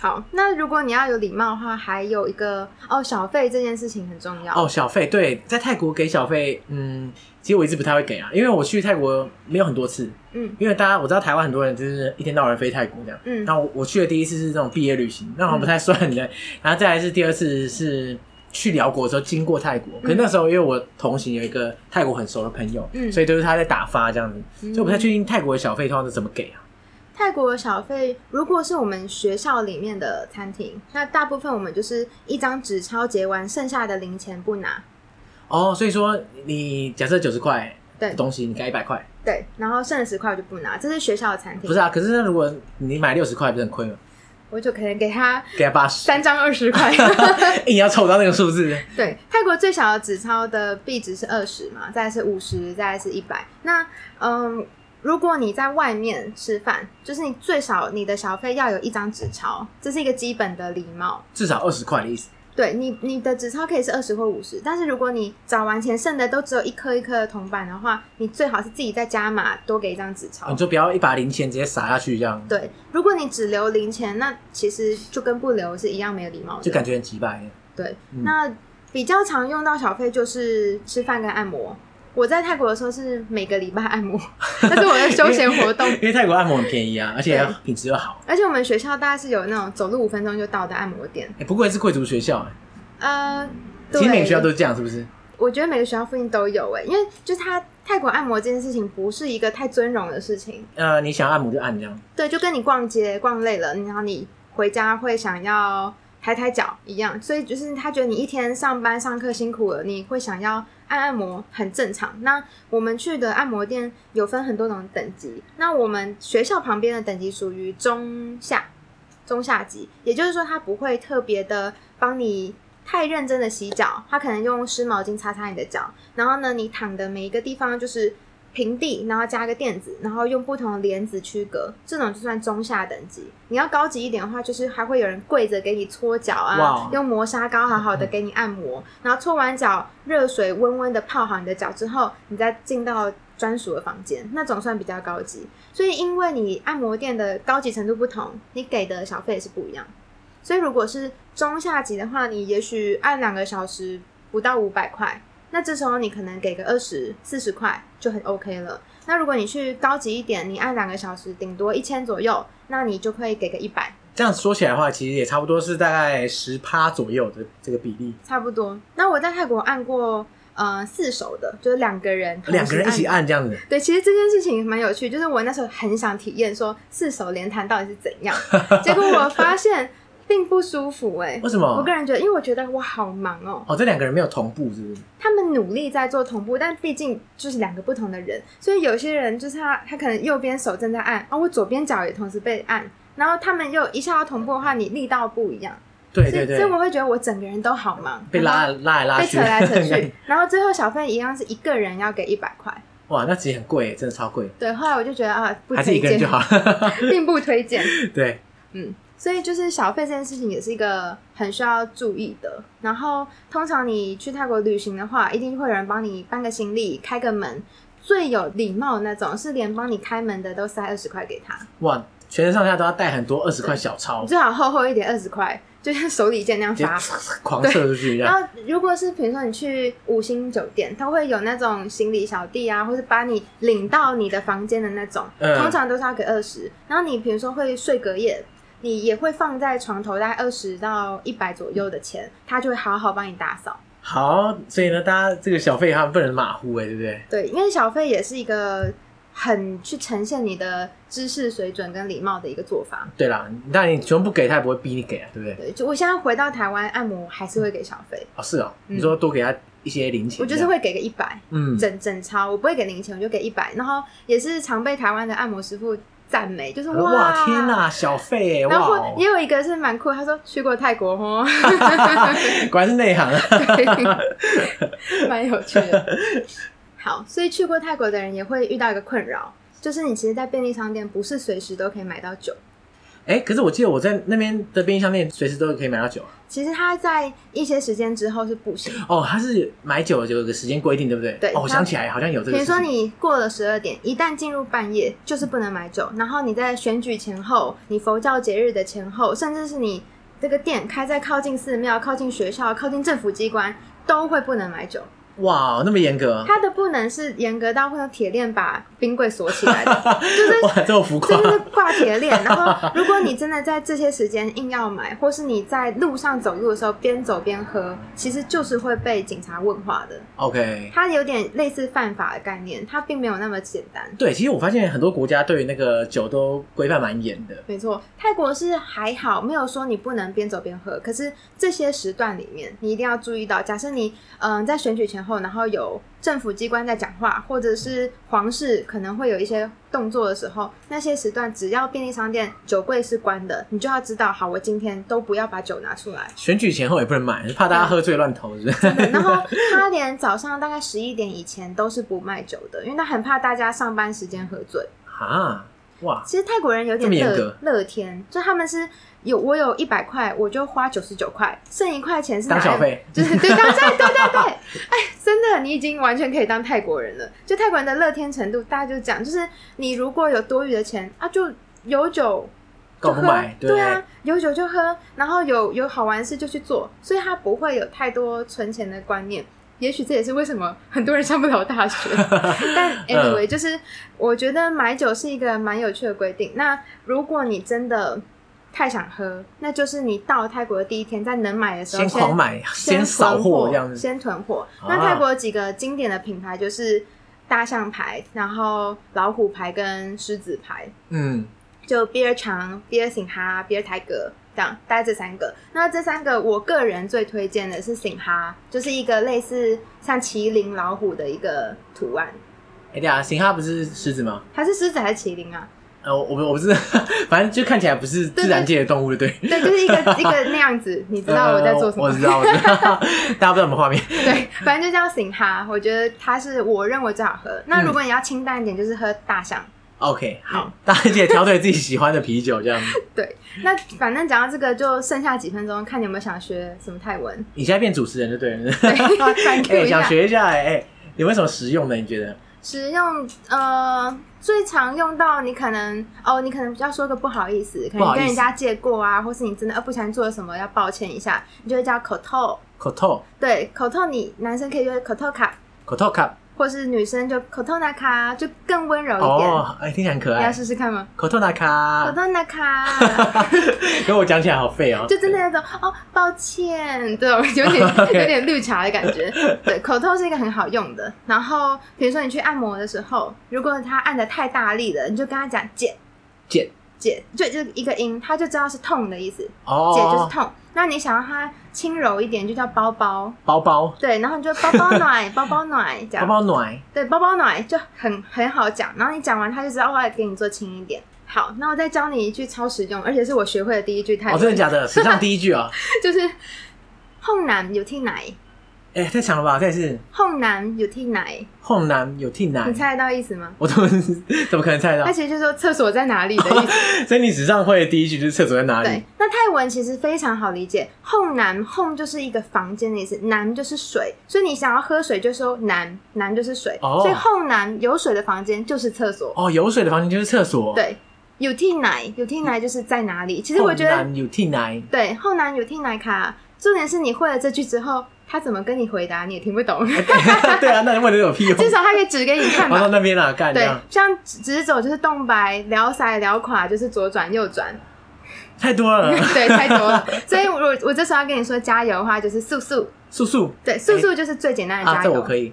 好，那如果你要有礼貌的话，还有一个哦，小费这件事情很重要。
哦，小费对，在泰国给小费，嗯，其实我一直不太会给啊，因为我去泰国没有很多次，
嗯
因为大家我知道台湾很多人就是一天到晚飞泰国这样。
嗯
那我我去的第一次是这种毕业旅行，那好像不太算的。然后再来是第二次是去辽国的时候经过泰
嗯
国，可是那时候因为我同行有一个泰国很熟的朋友，
嗯
所以都是他在打发这样子，
嗯
所以我不太确定泰国的小费通常是怎么给啊。
泰国的小费，如果是我们学校里面的餐厅，那大部分我们就是一张纸钞结完，剩下的零钱不拿。
哦，所以说你假设九十块
对
的东西，你给一百块，
对，然后剩了十块我就不拿，这是学校的餐厅，
不是啊？可是那如果你买六十块，不是很亏吗？
我就可能给他
给他八十，
三张二 十块。
硬要凑到那个数字。
对，泰国最小的纸钞的币值是二十嘛，再来是五十，再来是一百。那嗯，如果你在外面吃饭，就是你最少你的小费要有一张纸钞，这是一个基本的礼貌。
至少二十块的意思。
对你，你的纸钞可以是二十或五十，但是如果你找完钱剩的都只有一颗一颗的铜板的话，你最好是自己再加码多给一张纸
你
钞。
就不要一把零钱直接撒下去，这样
对，如果你只留零钱，那其实就跟不留是一样没有礼貌的。
就感觉很奇怪。
对，
嗯
那比较常用到小费就是吃饭跟按摩。我在泰国的时候是每个礼拜 按摩，那是我的休闲活动
因。为泰国按摩很便宜啊，而且
对
品质又好。
而且我们学校大概是有那种走路五分钟就到的按摩店。
哎、不过也是贵族学校、哎，
呃，
其实每
对
个学校都是这样，是不是？
我觉得每个学校附近都有欸诶、因为就是它泰国按摩这件事情不是一个太尊荣的事情。
呃，你想按摩就按这样。
对，就跟你逛街逛累了，然后你回家会想要抬抬脚一样，所以就是他觉得你一天上班上课辛苦了，你会想要按按摩，很正常。那我们去的按摩店有分很多种等级，那我们学校旁边的等级属于中下中下级，也就是说他不会特别的帮你。太认真的洗脚，他可能用湿毛巾擦擦你的脚，然后呢，你躺的每一个地方就是平地，然后加个垫子，然后用不同的帘子区隔，这种就算中下等级。你要高级一点的话，就是还会有人跪着给你搓脚
哇
啊，用磨砂膏好好的给你按摩，然后搓完脚，热水温温的泡好你的脚之后，你再进到专属的房间，那种算比较高级。所以因为你按摩店的高级程度不同，你给的小费也是不一样。所以如果是中下级的话，你也许按两个小时不到五百块，那这时候你可能给个二十四十块就很 OK 了。那如果你去高级一点，你按两个小时，顶多一千左右，那你就会给个一百，
这样说起来的话，其实也差不多是大概十趴左右的这个比例。
差不多。那我在泰国按过，呃，四手的，就是两个人，
两个人一起
按。
按这样子，
对，其实这件事情蛮有 趣，就是我那时候很想体验说四手连弹到底是怎样，结果我发现并不舒服哎、
为什么
我个人觉得，因为我觉得我好忙哦、
哦，这两个人没有同步，是不是？
他们努力在做同步，但毕竟就是两个不同的人，所以有些人就是他，他可能右边手正在按，啊、我左边脚也同时被按，然后他们又一下要同步的话，你力道不一样，
对对
所以所以
对，
我会觉得我整个人都好忙，
被拉
然后
拉来拉
被
去，
扯来扯去，然后最后小费一样是一个人要给一百块，
哇，那其实很贵，欸真的超贵，
对，后来我就觉得啊，不
还是一个人
推荐
就，好 了。
并不推荐，
对，
嗯，所以就是小费这件事情也是一个很需要注意的。然后通常你去泰国旅行的话，一定会有人帮你搬个行李、开个门。最有礼貌的那种是连帮你开门的都塞二十块给他，
哇，全身上下都要带很多二十块小钞，
最好厚厚一点二十块，就像手里剑那样
直接
发。
狂射出去这
然
样。
后如果是比如说你去五星酒店，它会有那种行李小弟啊，或是把你领到你的房间的那种，
嗯
通常都是要给二十。然后你比如说会睡隔夜，你也会放在床头大概二十到一百左右的钱，他就会好好帮你打扫。
好，所以呢，大家这个小费哈不能马虎哎，对不对？
对，因为小费也是一个很去呈现你的知识水准跟礼貌的一个做法。
对啦，但你全部给他也不会逼你给啊，对不对？
对，就我现在回到台湾按摩还是会给小费，
哦，是哦，
嗯
你说多给他一些零钱，
我就是，会给个一百，
嗯，
整整超，我不会给零钱，我就给一百。然后也是常被台湾的按摩师傅赞美，就是哇
哇，天哪，小费哎，
然
哇
后
哦，
也有一个是蛮酷的，他说去过泰国哦，
果然是内行啊。
对蛮有趣 的。好，所以去过泰国的人也会遇到一个困扰，就是你其实，在便利商店不是随时都可以买到酒。
哎，可是我记得我在那边的便利商店随时都可以买到酒啊
其实它在一些时间之后是不行，
哦，它是买酒有个时间规定，对不对？
对
哦，我
它
想起来好像有这
比
个
如
事情。
说你过了十二点，一旦进入半夜就是不能买酒，然后你在选举前后、你佛教节日的前后，甚至是你这个店开在靠近寺庙、靠近学校、靠近政府机关，都会不能买酒。
哇，那么严格，啊
它的不能是严格到会用铁链把冰柜锁起来的，就是
哇，这么浮
这
夸，
就是挂铁链。然后，如果你真的在这些时间硬要买，或是你在路上走路的时候边走边喝，其实就是会被警察问话的。
OK。
它有点类似犯法的概念，它并没有那么简单。
对，其实我发现很多国家对于那个酒都规范蛮严的。
没错，泰国是还好，没有说你不能边走边喝。可是这些时段里面，你一定要注意到，假设你嗯、呃在选举前后，然后有政府机关在讲话，或者是皇室可能会有一些动作的时候，那些时段只要便利商店酒柜是关的，你就要知道，好，我今天都不要把酒拿出来。
选举前后也不能买，怕大家喝醉乱投，是不 是？
对然后他连早上大概十一点以前都是不卖酒的，因为他很怕大家上班时间喝醉。
啊，哇，
其实泰国人有
这么
点
严
乐
格
乐天，就他们是有我有一百块，我就花九十九块，剩一块钱是拿来
当小费
就 是对当对对对 对，哎，真的，你已经完全可以当泰国人了。就泰国人的乐天程度，大家就讲，就是你如果有多余的钱啊，就有酒
干嘛
就喝，
不买？对不
对
对？
啊，有酒就喝，然后有有好玩的事就去做，所以他不会有太多存钱的观念。也许这也是为什么很多人上不了大 学。但
嗯
anyway，就是我觉得买酒是一个蛮有趣的规定。那如果你真的太想喝，那就是你到泰国的第一天，在能买的时
先
候
狂买，
先
扫
囤货
货这样子。
先囤货。
啊
那泰国有几个经典的品牌就是大象牌，然后老虎牌跟狮子牌。
嗯，
就比尔长、比尔醒哈、比尔台格这样，大概这三个。那这三个我个人最推荐的是醒哈，就是一个类似像麒麟、老虎的一个图案。
哎、对啊，行哈不是狮子吗？
它是狮子还是麒 麟啊？
呃，我我不是，反正就看起来不是自然界的动物，对不对？
对，就是一个一个那样子，你知道我在做什么？
呃我知道，我 知道，大家不知道我们画面。
对，反正就叫醒哈。我觉得它是我认为最好喝。那如果你要清淡一点，就是喝 大象。嗯
OK，好，大家记得挑对自己喜欢的啤酒，这样子。
那反正讲到这个，就剩下几分钟，看你有没有想学什么泰文。
你现在变主持人就对了。
对，反 Q
哎、
一下。
想学一下哎、哎有没有什么实用的？你觉得？
使用呃最常用到你可能哦，你可能比较说个不好意思，可
不
能
好意思
跟人家借过啊，或是你真的呃不小心做了什么要抱歉一下，你就会叫口透。
口透
对，口透你男生可以叫口透卡，
口透 cup
或是女生就口透那卡，就更温柔一点。
哦，啊哎、听起来很可
你要
爱。
试试看吗？
口透那
口
卡，
透那 卡，
跟我讲起来好废哦。
就真的那种哦，抱歉，这种有 点有点绿茶的感觉。对，口透是一个很好用的。然后比如说你去按摩的时候，如果他按的太大力了，你就跟他讲姐。
简
解，就就一个音，他就知道是痛的意思，解就是
哦，
痛。那你想要它轻柔一点，就叫包包，
包包
对，然后你就包包暖，包包暖这
包
样，
包暖，
对，啊包包暖就很很好讲。然后你讲完，他就知道我要给你做轻一点。好，那我再教你一句超实用，而且是我学会的第一句泰
哦，
文，
真的假 的？史上第一句啊！
就是“后南有听奶，
哎，太强了吧！再次，
后南有听奶
后男有替”，男
你，猜得哎到意思吗？
我怎么怎么可能猜得
它
到？
其实就是说厕所在哪里的意思。
所以你史上会的第一句就是厕所在哪里
对？，那泰文其实非常好理解，后南后就是一个房间的意思，南就是水，所以你想要喝水就说南，南就是水，
哦
所以后南有水的房间就是厕所。
哦，有水的房间就是厕所。，
对，有替奶，有替奶就是在哪里？其实我觉
后
得，
男有替男，
对，后南有替奶卡，重点是你会了这句之后，他怎么跟你回答你也听不懂，
对啊，那问的有屁用？
至少他可以指给你看
跑到
吧。
那边啦，干这
对
样，
像直走就是动白，撩腮撩垮就是左转右转，
太多 了。
对，太多了。所以我我这时候要跟你说加油的话，就是速速。
素素
对，速速就是最简单的
哎啊，
加
这
油。
我可以。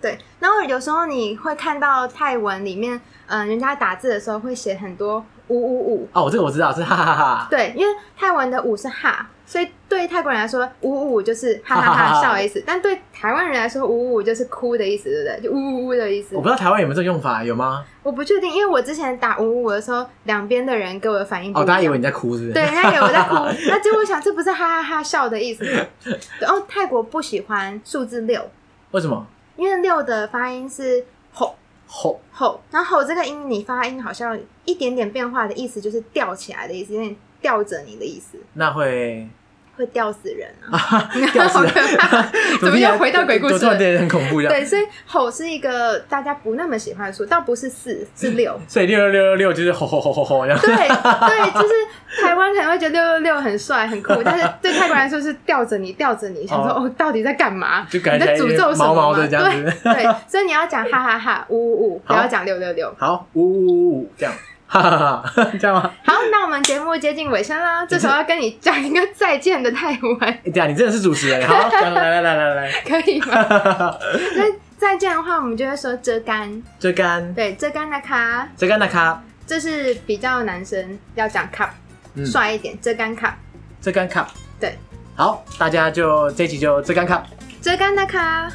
对，然后有时候你会看到泰文里面，嗯、人家打字的时候会写很多五五五。
哦，这个我知道，是哈哈哈。
对，因为泰文的五是哈，所以对泰国人来说，五五五就是哈哈
哈哈
哈
哈
笑的意思；但对台湾人来说，五五五就是哭的意思，对不对？就呜呜呜的意思。
我不知道台湾有没有这个用法，有吗？
我不确定，因为我之前打五五五的时候，两边的人给我的反应不一
哦，
样。
大家以为你在哭是不是？
对，人家以为我在 哭，那结果我想这不是哈哈哈笑的意思吗？对哦，泰国不喜欢数字六，
为什么？
因为六的发音是吼
吼
吼，然后吼这个音你发音好像一点点变化的意思就是吊起来的意思，有点吊着你的意思，
那 会
会吊死人啊。
掉
好
死
可怕怎么又回到鬼故事
突然变得很恐怖这样。
对，所以吼是一个大家不那么喜欢的数，倒不是四，是 六。
所以六六六六六就是吼吼吼吼吼这样。
对对，就是台湾可能会觉得六六六很帅很酷，但是对泰国人来说是吊着你吊着你，想说哦到底在干嘛？
就感
你
觉
在诅咒什
毛
么
毛
吗？
的这样子
对对，所以你要讲哈哈哈呜呜呜，不要
好
讲六六六。
好，呜呜呜呜这样， 哈哈哈，这样吗？
好，那我们节目接近尾声啦，这时候要跟你讲一个再见的泰文，
哎，这样你真的是主持人， 好，这样来来来来来，
可以吗？
哈哈哈
那再见的话，我们就会说遮干，
这干
对，遮干的卡，
这干那卡，
这是比较男生要讲 cup，
嗯
帅一点，遮干 cup，
这干卡，
对，
好，大家就这一集就这干卡。
遮干的卡。